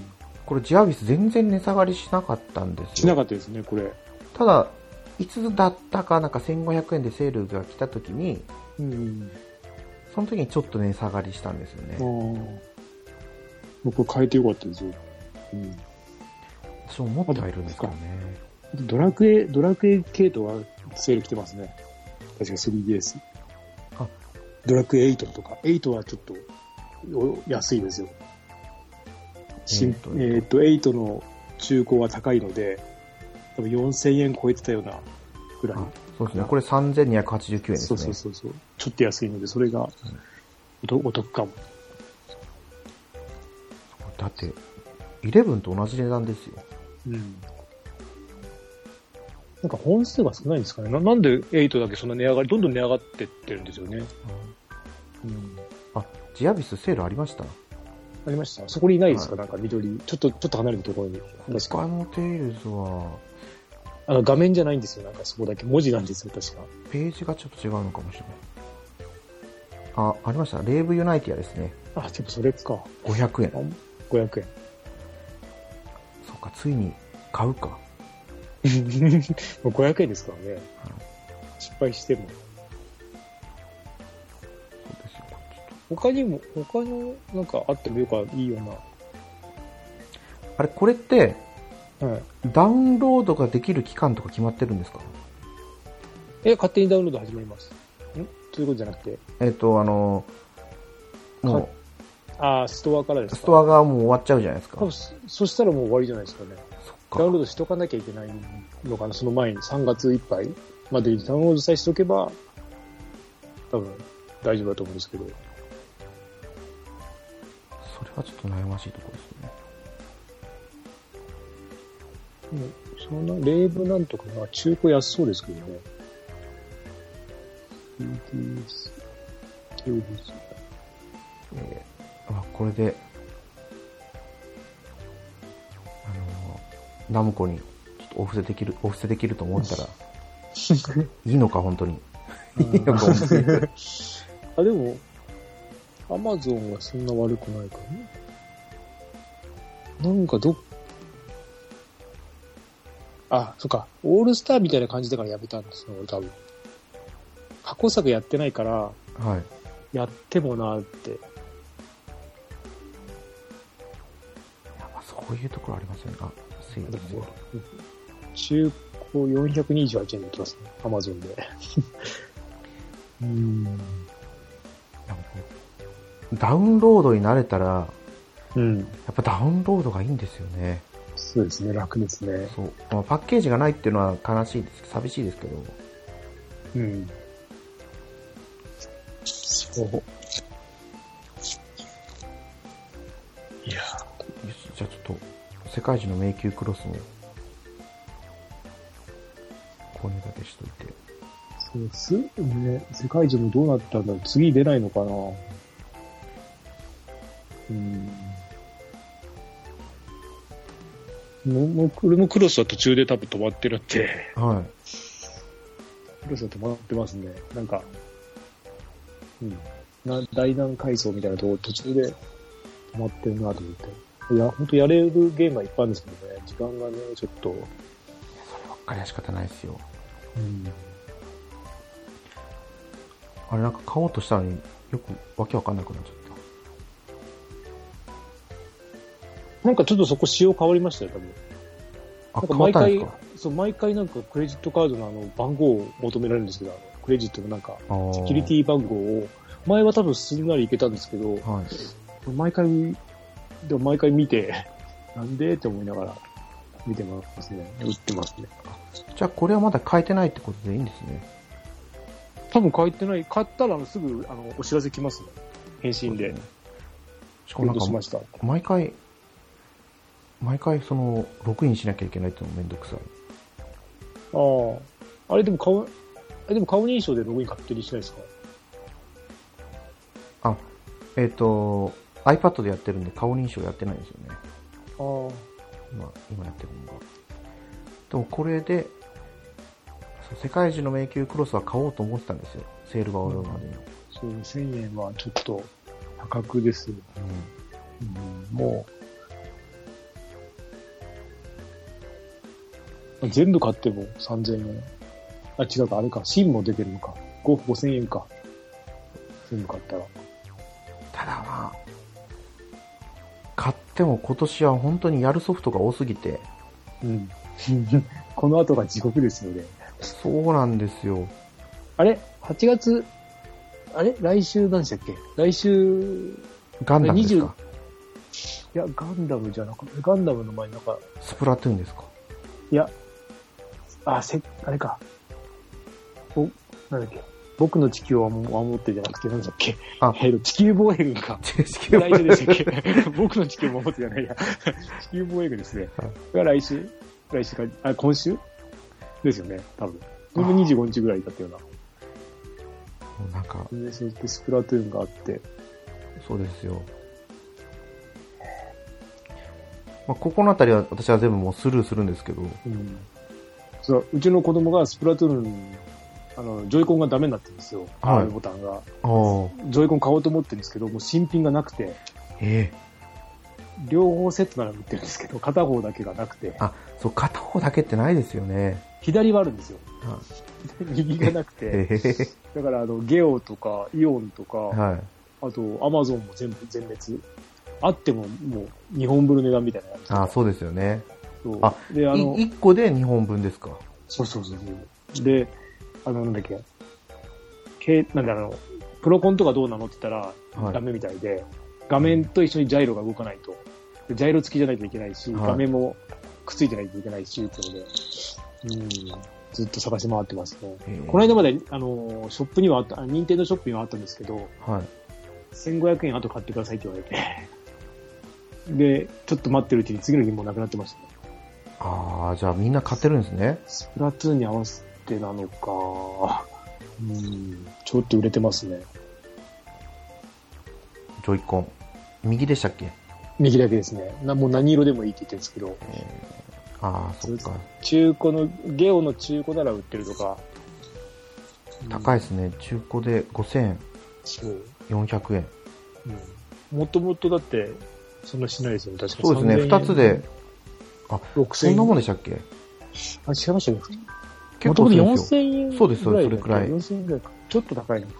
これジアビス全然値下がりしなかったんですよ。しなかったですね、これ。ただ、いつだったかなんか1500円でセールが来た時に、うん。その時にちょっと値下がりしたんですよあね。あ。もうこれ変えてよかったですよ。うん。私も持ってはいるんですけどね。ドラクエ、ドラクエ系統はセール来てますね。確か 3DS。あドラクエ8とか。8はちょっとお安いですよ。新8えーっと、8の中古は高いので、多分4000円超えてたようなぐらい。あそうですね。これ3289円ですね。そうそうそうそう。ちょっと安いので、それがお得お得かも。だって、11と同じ値段ですよ。うん。なんか本数が少ないんですかね。ななんで8だけそんな値上がり、どんどん値上がってってるんですよね。うん。あ、ジアビスセールありましたありましたそこにいないですか、はなんか緑。ちょっと、ちょっと離れたところに。確か。他のテイルズは、あの、画面じゃないんですよ。なんかそこだけ。文字なんですよ、確か。ページがちょっと違うのかもしれない。あ、ありました。レーブユナイティアですね。あ、でもそれか。 500円あ。500 そっか、ついに買うか。円。もう500円ですからね。失敗しても。そうですよ。他にも、他の、なんかあってもよくいいようなあれ、これって、はい。ダウンロードができる期間とか決まってるんですかえ、勝手にダウンロード始まります。んということじゃなくて、えっ、と、あの、もあーストアからでう、すかストアがもう終わっちゃうじゃないですか多。分そそしたらもう終わりじゃないですかね。そダウっンか。ロードしとかなきゃいけないのかな、その前に3月いっぱいまでにダウンロードさえしとけば、多分大丈夫だと思うんですけど。それはちょっと悩ましいところですね。うんそんな、レーブなんとかは中古安そうですけどね。TTS、TODC えーまあ、これで、あの、ナムコにちょっとお布施できる、お布施できると思 ったら、いいのか、本当に。いいのか、本当に。 あ、でも、アマゾンはそんな悪くないかな。なんかどっ、あ、そっか、オールスターみたいな感じだからやめたんですよ、俺多分。過去作やってないから、はい。やってもなーって。やっぱそういうところありますよね。あ、すいません。中古428円できますね、アマゾンで。うん。なんかダウンロードに慣れたら、やうん。っぱダウンロードがいいんですよね。そうですね、楽ですね。そう。まあ、パッケージがないっていうのは悲しいです、寂しいですけど。うん。そう。いやよしじゃあちょっと、世界一の迷宮クロスも、購入だけしといて。そうす、ね、世界中もどうなったんだろう。次出ないのかなうん。ももう、俺もクロスは途中で多分止まってるって。はい。クロスは止まってますね。なんか、うん。な、第何階層みたいなとこ途中で止まってるなと思って。いや、ほんとやれるゲームはいっぱいあるんですけどね。時間がね、ちょっと。そればっかりは仕方ないですよ。うん。あれなんか買おうとしたのによくわけわかんなくなっちゃった。なんかちょっとそこ仕様変わりましたよ、多分。あ、なん変かわったんで毎回すか、そう、毎回なんかクレジットカードのあの番号を求められるんですけど、あのクレジットのなんか、あーセキュリティ番号を、前は多分すんなりいけたんですけど、はい。毎回、でも毎回見て、なんでって思いながら見てますね。打ってますね。じゃあこれはまだ変えてないってことでいいんですね。多分買ってない、買ったらあのすぐあのお知らせ来ますね。返信で。しかコもメなんかントし、ました。毎回、毎回その、ログインしなきゃいけないっていうのもめんどくさい。ああ。あれでも顔、えでも顔認証でログイン勝手にしないですかあ、えっ、と、iPad でやってるんで顔認証やってないですよね。ああ。今、今やってるのが。でもこれで、そう世界中の迷宮クロスは買おうと思ってたんですよ。セールが終わるまでに。そう、1000円はちょっと破格ですね。うんうんもう、全部買っても3000円。あ、違うか、あれか、芯も出てるのか。5、5000円か。全部買ったら。ただまあ、買っても今年は本当にやるソフトが多すぎて、うん。 この後が地獄ですよね。そうなんですよ。あれ ?8 月、あれ来週何でしたっけ来週、ガンダムですかいや、ガンダムじゃなかった。ガンダムの前になんか、スプラトゥーンですかいや、あ、せ、あれか。お、なんだっけ。僕の地球を守守ってじゃなくて、なんだっけ。あ、えっと、地球防衛 軍か。正式来週でしたっけ 僕の地球を守ってじゃないや。地球防衛軍ですねはい。が来週来週か、あ、今週ですよね、多分。これあもー25日ぐらいだったような。もう なんか、で、そしてスプラトゥーンがあって。そうですよ。まあ、ここのあたりは私は全部もうスルーするんですけど、うん。そう、うちの子供がスプラトゥーン、あの、ジョイコンがダメになってるんですよ。はい R ボタンが。あジョイコン買おうと思ってるんですけど、もう新品がなくて。あ、ええ両方セットなら売ってるんですけど、片方だけがなくて、あ、そう、片方だけってないですよね。左はあるんですよ。 は右がなくいて。ええだから、あの、ゲオとか、イオンとか、はい。あと、アマゾンも全部全滅。あってももう2本分の値段みたいなやつ。ああ、そうですよね。そうあで、あの、 1個で2本分ですか。そうそうそうそう。で、あの、なんだっけ、けなんだろう、プロコンとかどうなのって言ったら、はいダメみたいで、画面と一緒にジャイロが動かないと、でジャイロ付きじゃないといけないし、はい画面もくっついてないといけないし、っていうので、うん、ずっと探し回ってますね。えーこの間まで、あの、ショップにはあった、あ任天堂ショップにはあったんですけど、はい。 1500円後買ってくださいって言われて、で、ちょっと待ってるうちに次の日もうなくなってましたね。ああ、じゃあみんな買ってるんですね。スプラトゥーンに合わせてなのか、うん、ちょっと売れてますね。ジョイコン。右でしたっけ右だけですね。なもう何色でもいいって言ってるんですけど、ああ、そっか。中古の、ゲオの中古なら売ってるとか。高い。いですね。中古で5400そう。円。うん。もともとだって、そんなしないですよね、確かそうですね。 3000円2つで、 6000そん円。なもんんでしたっけあ、違いましたね。結もとも構とするんですよ。 4000円そうですそうですぐだっけ4000円ぐらいか。ちょっと高いのか。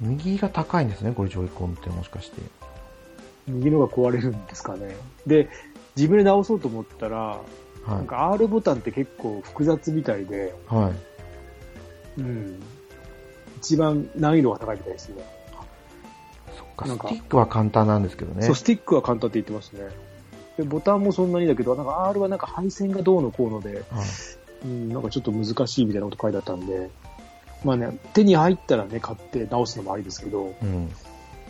右が高いんですね。これジョイコンってもしかして。右のが壊れるんですかね。で、自分で直そうと思ったら、はなんか R ボタンって結構複雑みたいで、い。はい。うん。一番難易度が高いみたいですね。そっか、なんステかィックは簡単なんですけどねそう、。スティックは簡単って言ってますね。で、ボタンもそんなにだけど、なんか R はなんか配線がどうのこうので、はいうん、なんかちょっと難しいみたいなこと書いてあったんで、まあね、手に入ったらね、買って直すのもありですけど、うん。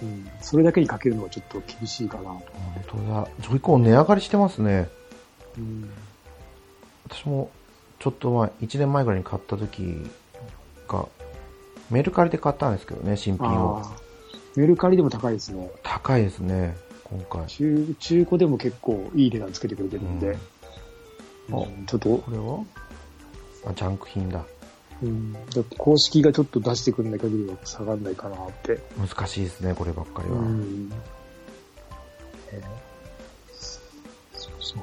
うん、それだけにかけるのはちょっと厳しいかなと。本当だ。ジョイコン値上がりしてますね。うん。私もちょっと前、1年前ぐらいに買った時が、メルカリで買ったんですけどね、新品あを。あ、メルカリでも高いですね。高いですね、今回。中中古でも結構いい値段つけてくれてるんで、うんあうんちょっとこ、れはあ、ジャンク品だ。うん、だって公式がちょっと出してくれない限りは下がらないかなって。難しいですね、こればっかりは。うんえーそうそう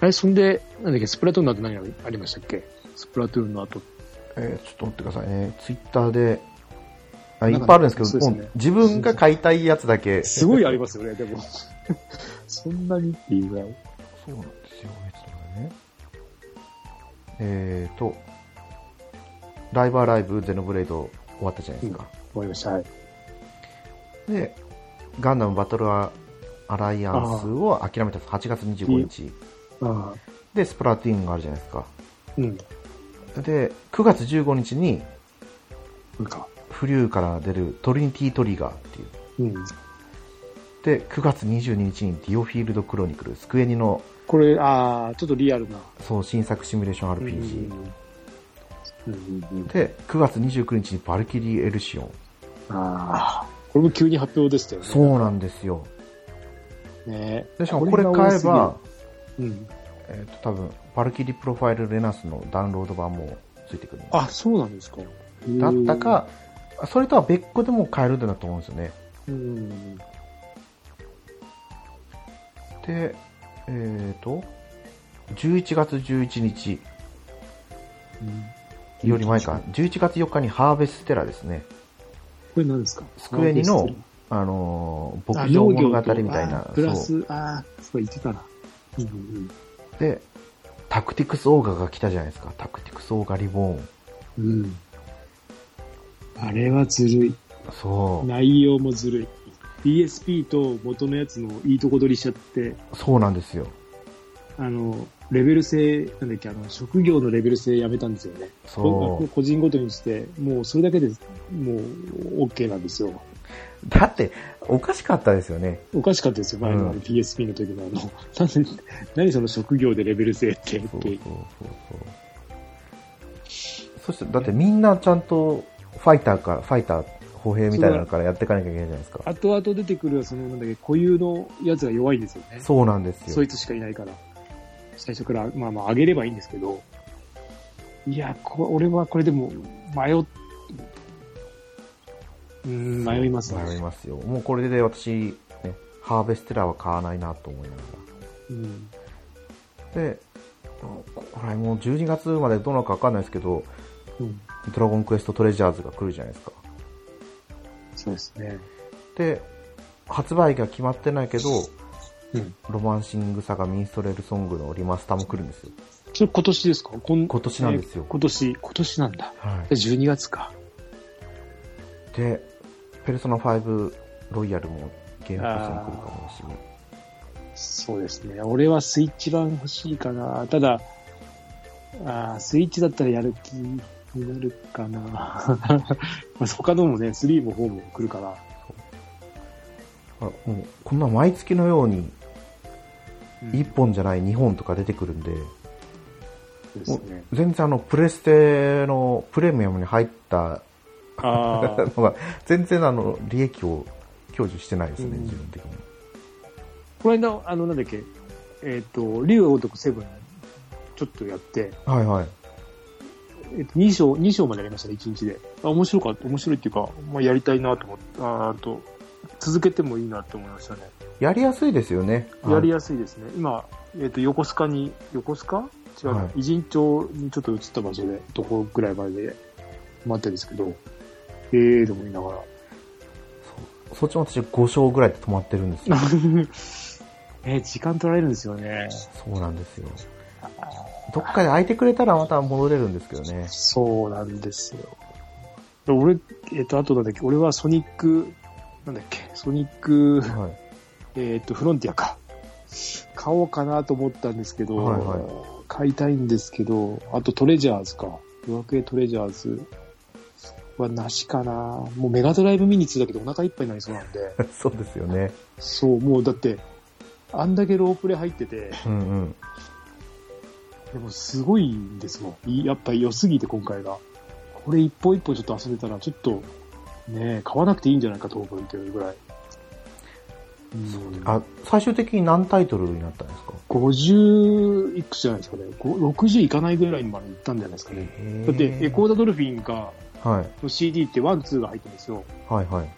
あれ、そんで、なんだっけ、スプラトゥーンの後何がありましたっけスプラトゥーンの後。えーちょっと待ってくださいね。ツイッターで、あいなっんかぱいあるんですけそうど、ですねもう自分が買いたいやつだけ。すごいありますよ ね、でも。そんなにっていうぐらい。そうなんですよ、ちょっと待ってね。えーと、ライバーライブ、ゼノブレイド終わったじゃないですか。思いました。はい。で、ガンダムバトルアライアンスを諦めたんです8月25日。ああ、で、スプラトゥーンがあるじゃないですか。うん。で、9月15日に、うんか。フリューから出るトリニティトリガーっていう。うん。で、9月22日にディオフィールドクロニクル、スクエニのこれ、ああ、ちょっとリアルな。そう新作シミュレーション RPG。うんうんうん。で、9月29日にバルキリー・エルシオン。ああ。これも急に発表でしたよね。そうなんですよ。う。ねでしかもこれ買えば、、うん。えっ、と、多分、バルキリープロファイルレナスのダウンロード版もついてくるんであ、そうなんですか。だったか、それとは別個でも買えるんだと思うんですよね。うん。で、えっ、と、11月11日うん。より前か、11月4日にハーベステラですね。これ何ですかスクエニのああのー、あ牧場物農業語とみたいあな、プラそう。ス、ああ、そう言ってたな。うんうんで、タクティクスオーガが来たじゃないですか。タクティクスオーガリボーン。うん。うん。あれはずるい。そう。内容もずるい。PSP と元のやつのいいとこ取りしちゃって、そうなんですよ。あの、レベル制、なんだっけ、あの、職業のレベル制やめたんですよね。そう。個人ごとにして、もうそれだけでもう OK なんですよ。だって、おかしかったですよね。おかしかったですよ、前のあうんの PSP の時のあの、なんで何その職業でレベル制ってそうそっうてそう。そう。そして、だってみんなちゃんと、ファイターから、ファイター、歩兵みたいなのからやっていかなきゃいけないじゃないですか。後々出てくるその、なんだっけ、固有のやつが弱いんですよね。そうなんですそよい。つしかいないから。最初から、まあまあ上げればいいんですけど。いや、こ俺はこれでも迷っ、うーん、迷いますね。迷いますよ。もうこれで私、ね、ハーベステラは買わないなと思いながうん。ら。で、これもう12月までどうなるかわかんないですけど、うん。ドラゴンクエストトレジャーズが来るじゃないですか。そそうですね。で、発売日が決まってないけど、うん。ロマンシングサガミンストレルソングのリマスターも来るんですよ。それ今年ですか今今年なんですよえー今年、今年なんだ。はい。 12月か。で、ペルソナ5ロイヤルもゲームパスに来るかもしれない。そうですね。俺はスイッチ版欲しいかな。ただ、あースイッチだったらやる気になるかな。 まあ他のもね、3も4も来るかな。あもうこんな毎月のようにうん1本じゃない2本とか出てくるんで、そうですね。全然あのプレステのプレミアムに入ったああ の。が、全然あの利益を享受してないですね、うん自分的に。この間、あの、なんだっけ、えっ、と、竜が如くセブン、ちょっとやって、はいはい。えっ、と、2章、二章までやりましたね、1日で。あ、面白かった、面白いっていうか、まあ、やりたいなと思って、あーあと、続けてもいいなって思いましたね。やりやすいですよね。やりややすいですね。今、えっ、と、横須賀に、横須賀違うな、はい偉人町にちょっと移った場所で、どこぐらいまで待ってるんですけど、ええー、と思いながら。そっちも私5章ぐらいで止まってるんですよ。 えー時間取られるんですよね。そうなんですよ。どっかで空いてくれたらまた戻れるんですけどね。そうなんですよ。で俺、えっ、と、あとなんだっけ、俺はソニック、なんだっけ、ソニック、はい。 えっ、と、フロンティアか。買おうかなと思ったんですけど、はいはい買いたいんですけど、あとトレジャーズか。ドラクエトレジャーズはなしかな。もうメガドライブミニ2だけどお腹いっぱいになりそうなんで。そうですよね。そう、もうだって、あんだけロープレ入ってて、うんうん。でもすごいんですもん。いやっぱ良すぎて今回が。これ一歩一歩ちょっと遊べたら、ちょっと、ねえ買わなくていいんじゃないか、当分っていうぐらい。うんあ、最終的に何タイトルになったんですか50いくつじゃないですかね。ご60いかないぐらいまで行ったんじゃないですかね。だだって、エコーダドルフィンが、はい。の CD ってワン、ツーが入ってるんですよ。はいはい。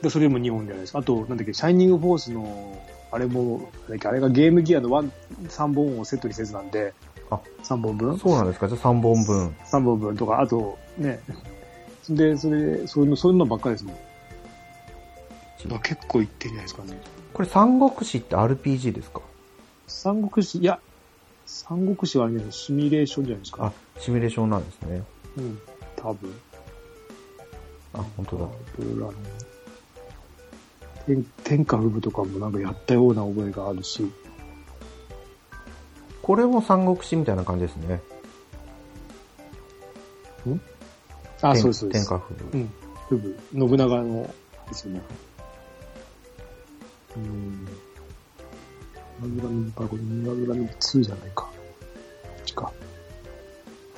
で、それも2本じゃないですか。あと、なんだっけ、シャイニングフォースの、あれも、なんだっけあれがゲームギアのワン3本をセットにせずなんで、あ3本分そうなんですかじゃあ3本分。三本分とか、あと、ね。で、それで、そういうの、そういうのばっかりですもん。まあ結構いってんじゃないですかね。これ、三国志って RPG ですか三国志、いや、三国志はあれじゃないシミュレーションじゃないですか。あ、シミュレーションなんですね。うん、多分。あ、本当だ。どうだろう天天下不武とかもなんかやったような覚えがあるし、これも三国志みたいな感じですね。あ、天そうです、そうで天す。下不武。うん、不武、信長のですよね。うん。信長の、あ、これ信長の2じゃないか。こっちか。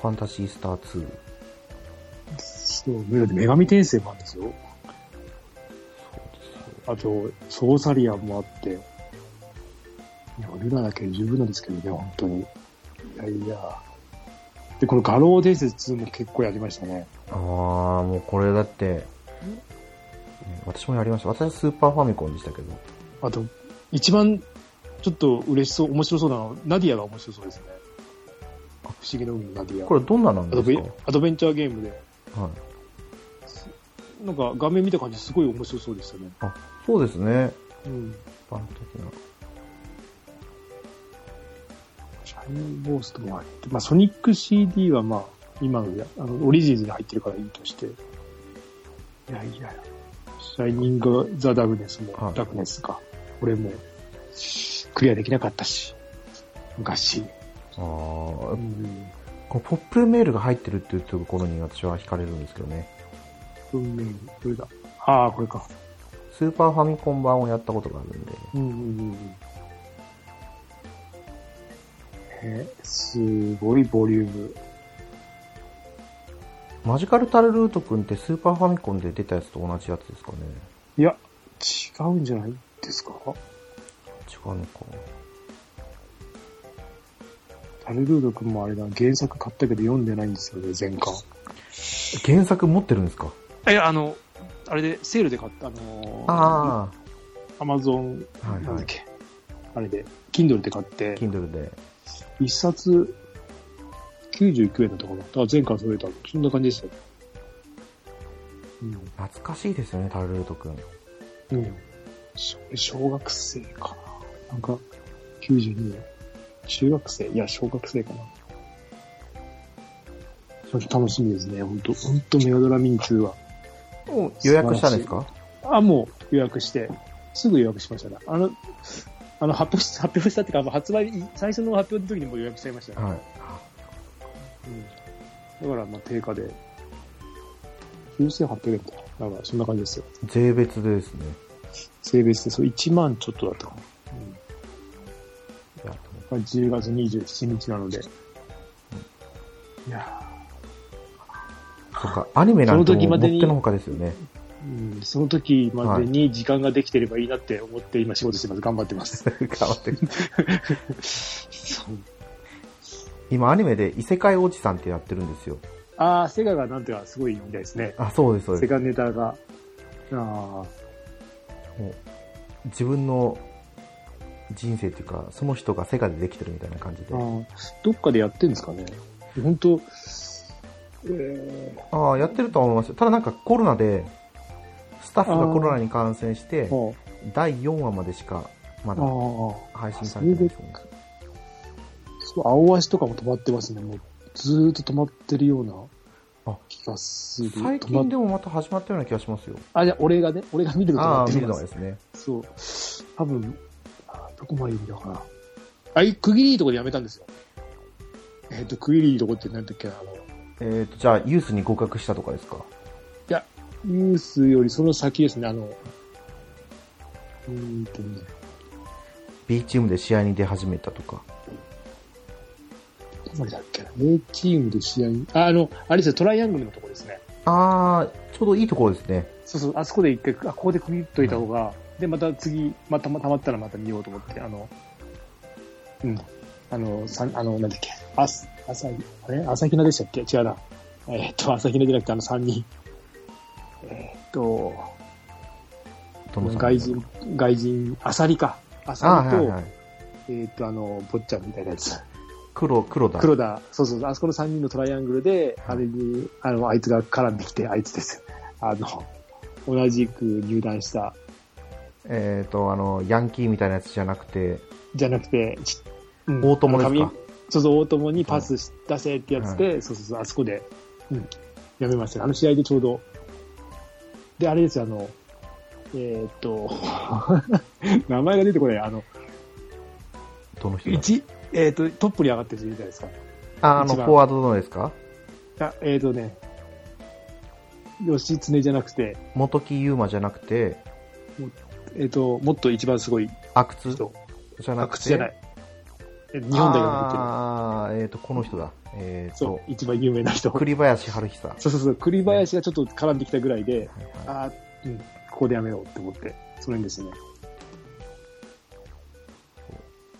ファンタシースター2。そう、だって女神転生もあるんですよ。あと、ソーサリアンもあって、いや俺らだけで十分なんですけどね、本当に。いやいや。で、この画廊伝説2も結構やりましたね。あー、もうこれだって、ね私もやりました。私はスーパーファミコンでしたけど。あと、一番ちょっと嬉しそう、面白そうなのは、ナディアが面白そうですね。不思議の海のナディア。これどんななんアでドすベかアドベンチャーゲームで、はい。なんか画面見た感じすごい面白そうでしたね。そうですね。うん。一般的な。シャイニーゴーストも入って、まあ、ソニック CD はまあ、今のやあのオリジンズに入ってるからいいとして、いやいや、シャイニング・ザ・ダグネスも、はいダグネスか、俺も、クリアできなかったし、昔。あーう、ん、このポップメールが入ってるっていうところに私は惹かれるんですけどね。運命に、これだ。ああ、これか。スーパーファミコン版をやったことがあるんで。うんうんうんうん。え、すごいボリューム。マジカルタルルートくんってスーパーファミコンで出たやつと同じやつですかねいや、違うんじゃないですか違うのか。タルルード君もあれだ、原作買ったけど読んでないんですよね、全巻。原作持ってるんですかいや、あの、あれで、セールで買った、あのあアマゾン、あ、はいなんはだっい。け、あれで、Kindle で買って、 Kindle で。一冊99円だったかな。だから前回揃えた、そんな感じでしたよ。うん。懐かしいですよね、タルルート君。うん。し小学生かな。なんか、92年。中学生いや、小学生かな。ちょっと楽しみですね。本当本当メガドラミニ2は。もう予約したんですかあ、もう予約して、すぐ予約しましたね。あの、あの、発表し、発表したっていうか、もう発売、最初の発表の時にもう予約しちゃいましたね。はい。うん。だから、まあ、定価で、9800円か。なんか、そんな感じですよ。税別でですね。性別で、そう、1万ちょっとだったかな。うん。いやまあ10月27日なので。いやそっか、アニメなんてそもの時うもまっでにてのほかですよね。ーうん、その時までに時間ができてればいいなって思って今仕事してます。頑張ってます。 変わってるそう今アニメで異世界おじさんってやってるんですよ。ああ、セガがなんてかすごいみたいですね。あ、そうです、そうセです。ガネタが。ああ、もう自分の人生っていうか、その人がセガでできてるみたいな感じであ。ーどっかでやってんですかね。本当えああ、やってるとは思いますよただなんかコロナで、スタッフがコロナに感染してー、あ第4話までしか、まあだー、配信されてないんですよね。そう青足とかも止まってますね。もうずーっと止まってるようなあ気がする。最止まっ近でもまた始まったような気がしますよ。あ、じゃあ俺がね、俺が見ると止あまあ、って見るるやのつがですね。そう。多分、あどこまでいいんだかな。あい、区切りいいとこでやめたんですよ。えっ、と、区切りいいとこって何だっけな、あの、えっ、と、じゃあ、ユースに合格したとかですかニュースよりその先ですね、あの、うーんとね、 ?B チームで試合に出始めたとか。どこまでだっけな、A チームで試合に、あ、あの、あれですよ、トライアングルのとこですね。ああ、ちょうどいいところですね。そうそう、あそこで一回、あ、ここで区切っといた方が、で、また次、またまたまったらまた見ようと思って、あの、うん、あの、さんあの、なんだっけ、あす、朝、あれ朝比奈でしたっけ違うな。えーっと、朝比奈じゃなくて、あの三人。えーっと、どの外人、外人、アサリか。アああ、サリはと、いはい。えーっと、あの、坊ちゃんみたいなやつ。黒、黒だ。黒田、そうそう、あそこの3人のトライアングルで、はあいれに、あの、あいつが絡んできて、あいつです。あの、同じく入団した、えっ、と、あの、ヤンキーみたいなやつじゃなくて、じゃなくて、ちうん大友ですあのか髪そうそう、大友にパスし出せってやつで、そうそうそう、あそこで、うん、やめましたね。あの試合でちょうど。で、あれですよ、あの、えーっと、 名前が出てこない、あの、どの人だ一えーっと、トップに上がってる人いるじゃないですか。あ、あの、一フ番ォワードのですかあえーっとね、吉常じゃなくて、元木優馬じゃなくて、えーっと、もっと一番すごい阿久津人。じゃなあ、く口て、じゃない。え日本代表の時ああ、えっ、と、この人だ。えっ、そと、う、一番有名な人。栗林春久。そうそうそう、栗林がちょっと絡んできたぐらいで、はいはいあーうん、ここでやめようって思って、それにですね。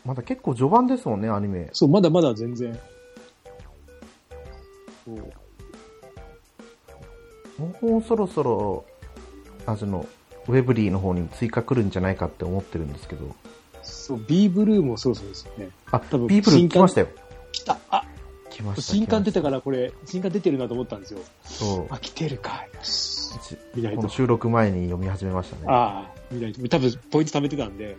まだ結構序盤ですもんね、アニメ。そう、まだまだ全然。そうもうそろそろ、あその、ウェブリーの方に追加来るんじゃないかって思ってるんですけど。そう、B ブルーもそろそろですよね。あ、多分ビープル新刊来ましたよ。来たあ来ました。新刊出てたからこれ、新刊出てるなと思ったんですよ。そう。あ、来てるか。よし。ち見ないことの。収録前に読み始めましたね。 ああ、見ないと。多分、ポイント貯めてたんで、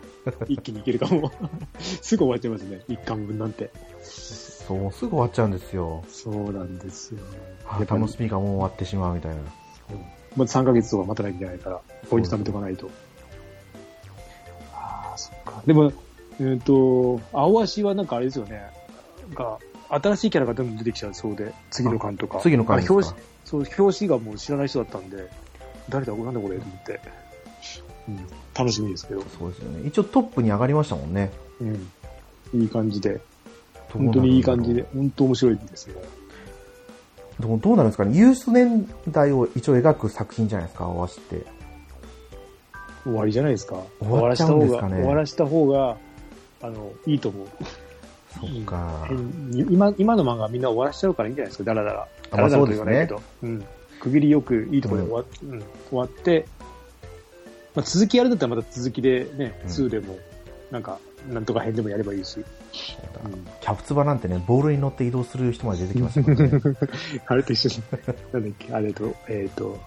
一気にいけるかも。 すぐ終わっちゃいますね。一巻分なんて。そう、すぐ終わっちゃうんですよ。そうなんですよ。あやっぱり楽しみがもう終わってしまうみたいな。まだ3ヶ月とか待たなきゃいけないから、ポイント貯めておかないと。ああ、そっか。でも、えっ、と、青足はなんかあれですよね。が、新しいキャラがどんどん出てきちゃうそうで、次の巻とか。次の回あですか表紙、そう、表紙がもう知らない人だったんで、誰だ、なんだこれと思って。うん、楽しみですけど。そうですよね。一応トップに上がりましたもんね。うん。いい感じで、どうなるん本だろ当うにいい感じで、。本当面白いですよ。でもどうなるんですかね。ユース年代を一応描く作品じゃないですか、合わせて。終わりじゃないですか。終わっちゃうんですかね終わらした方が、終わらした方が、あの、いいと思う。そっか。うん今今の漫画はみんな終わらしちゃうからいいんじゃないですか、だらだら。あまだあらだらそうでと言すわねないけど、うん、区切りよくいいところで終わ,、うん終わって、まあ、続きやるんだったらまた続きでね、うん2でも、なんか、なんとか編でもやればいいし、うんキャプツバなんてね、ボールに乗って移動する人まで出てきましたからね。あれと一緒に、なんだっけ、あれと、えっ、と、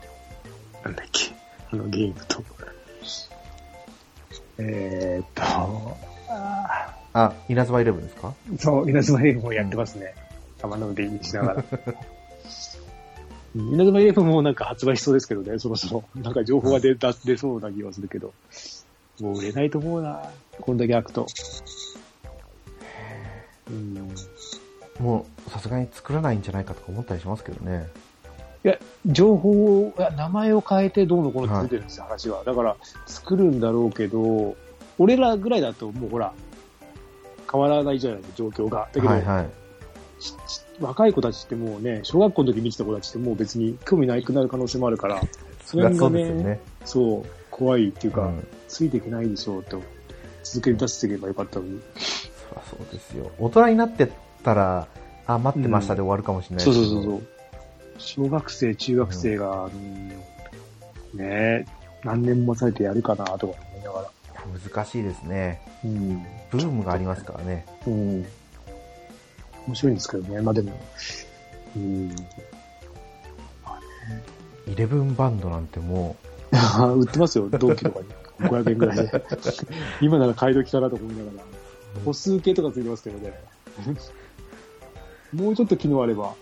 なんだっけ、あのゲームと。えー、っと、あ あ、稲妻イレブンですかーそう、稲妻イレブンもやってますね。玉の出入りしながら。うん 稲妻イレブンもなんか発売しそうですけどね、そろそろ。なんか情報が出出出そうな気がするけど。もう売れないと思うな、こんだけ開くと。うんもう、さすがに作らないんじゃないかとか思ったりしますけどね。いや、情報を、いや名前を変えてどうのこうのって出てるんですよ、話は。だから、作るんだろうけど、俺らぐらいだともうほら、変わらないじゃないですか、状況が。だけど、はいはい。しし若い子たちってもうね、小学校の時見てた子たちってもう別に興味なくなる可能性もあるから、それそがうでね、すそようね。怖いっていううか、ん。ついていけないでしょうと、続け出していけばよかったのに。そりゃそうですよ。大人になってたら、あ、待ってましたで終わるかもしれないそでうすけそうど、そうそう。小学生、中学生が、うんねえ何年もされてやるかなとか思いながら。難しいですね。うん。ブームがありますからね。うん。面白いんですけどね。まあでも、うん。イレブンバンドなんても 売ってますよ、同期とかに。500円くらいで。 今なら買い時かなと思いながら。う歩、数計とかついてますけどね。 もうちょっと機能あれば。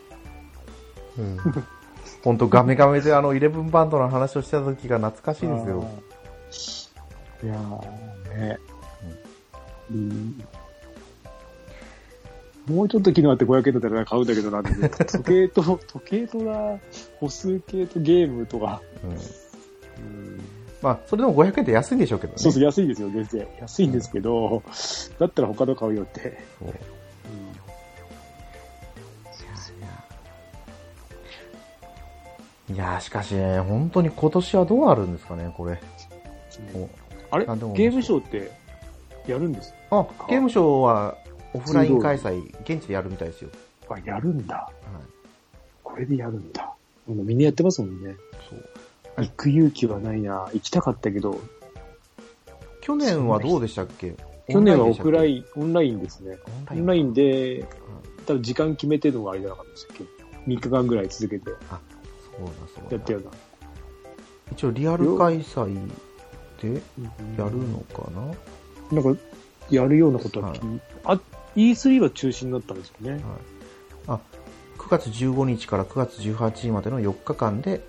うん、ほんとガメガメであのイレブンバンドの話をしてた時が懐かしいですよ。あー。いやーね、うんもうちょっと機能あって500円だったら買うんだけどなって、時計と、時計とな、歩数計とゲームとか、うんまあ、それでも500円って安いんでしょうけどね。そうそう、安いですよ、全然。安いんですけど、だったら他の買うよって。そういやー、しかしね、本当に今年はどうなるんですかね、これ。おあれあでもゲームショーってやるんですあ、ゲームショーはオフライン開催、現地でやるみたいですよ。あ、やるんだ。はい、これでやるんだ。もうみんなやってますもんね。そう行く勇気はないな。行きたかったけど、去年はどうでしたっけ去年はオフラン。イン、オンラインですね。オオンンラライインンで、多分時間決めてるのがあれじゃなかったでしたっけ ?3 日間ぐらい続けてそうだそうだやったような。一応リアル開催でやるのかな、はなんか、やるようなことは聞いあ、E3 は中止になったんですよね。い、あ9月15日から9月18日までの4日間で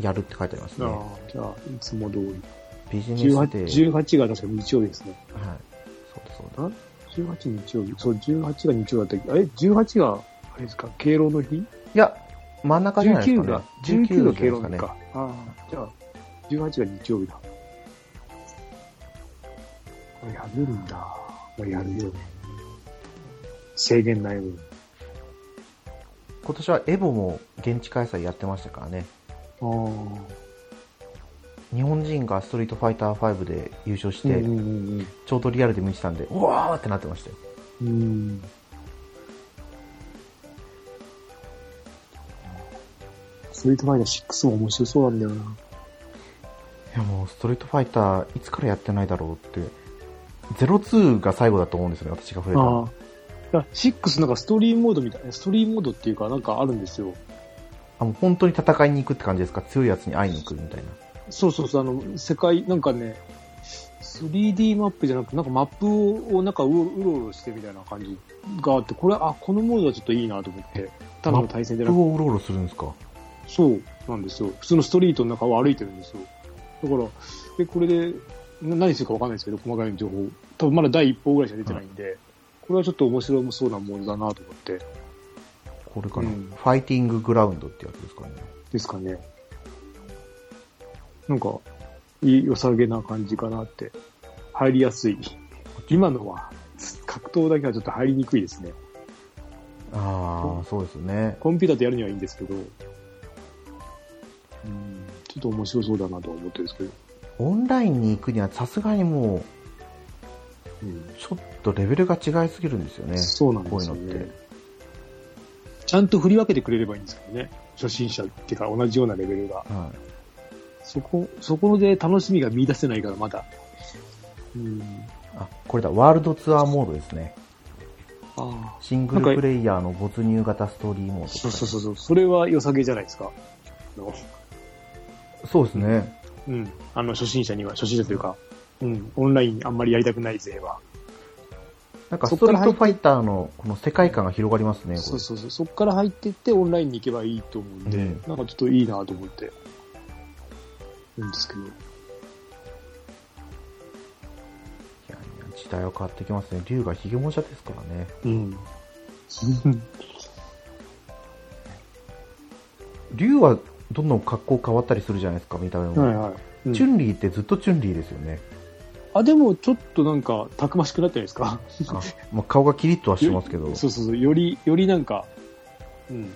やるって書いてありますあねあ、じゃあ、いつも通り。ビジネスデー、 18, 18が確か日曜日ですね。はい、そうだそうだ18日曜日。そう、18が日曜だったっけあれ ?18 が、あれですか敬老の日いや真ん中じゃないです ?19 かねが、19がじ敬ゃない老ので日すか。ああ、じゃあ、18が日曜日だ。これやるんだ。これやるよね。制限ない分。今年はエボも現地開催やってましたからねああ。日本人がストリートファイター5で優勝して、うんうんうんちょうどリアルで見てたんでうわーってなってましたようん。うん。ストリートファイター6も面白そうなんだよな。いやもうストリートファイターいつからやってないだろうって02が最後だと思うんですよね私が触れたのああ。いや、6なんかストーリーモードみたいな、ストーリーモードっていうかなんかあるんですよ。あもう本当に戦いに行くって感じですか強いやつに会いに行くみたいなそうそうそう、あの、世界、なんかね、3D マップじゃなくて、なんかマップをなんかうろうろうろしてみたいな感じがあって、これ、あ、このモードはちょっといいなと思って、ただの対戦でプなくロをうろうろするんですかそうなんですよ。普通のストリートの中を歩いてるんですよ。だから、で、これで、な何するかわかんないですけど、細かい情報。多分まだ第一報ぐらいしか出てないんで、これはちょっと面白そうなものだなと思って、これかな、うんファイティンググラウンドってやつですかねですかね。なんか、いい良さげな感じかなって。入りやすい。今のは、格闘だけはちょっと入りにくいですね。ああそうですよねコンピューターでやるにはいいんですけど、うん、ちょっと面白そうだなとは思ってるんですけど、オンラインに行くにはさすがにもうんうちょっとレベルが違いすぎるんですよねそうなんですよこういうのっねて。ちゃんと振り分けてくれればいいんですけどね。初心者っていうか同じようなレベルが。はいそこ、そこで楽しみが見出せないからまだ。うん。あこれだワールドツアーモードですねああ。シングルプレイヤーの没入型ストーリーモードそうそうそうそう。それは良さげじゃないですか。あのそうですね。うん。あの、初心者には、初心者というか、うん、オンラインあんまりやりたくない勢は。なんか、そスっかトリらートファイターのこの世界観が広がりますね、これ。そうそうそう。そこから入っていって、オンラインに行けばいいと思うんで、うんなんかちょっといいなと思って、うんですけど。いやいや時代は変わってきますね。竜がヒゲもじゃですからね。うん。竜はどんどん格好変わったりするじゃないですか、見た目も。はいはい。チュンリーってずっとチュンリーですよね。あ、でもちょっとなんか、たくましくなったじゃないですか。 あまあ、顔がキリッとはしてますけど。そうそうそう。より、よりなんか、うん。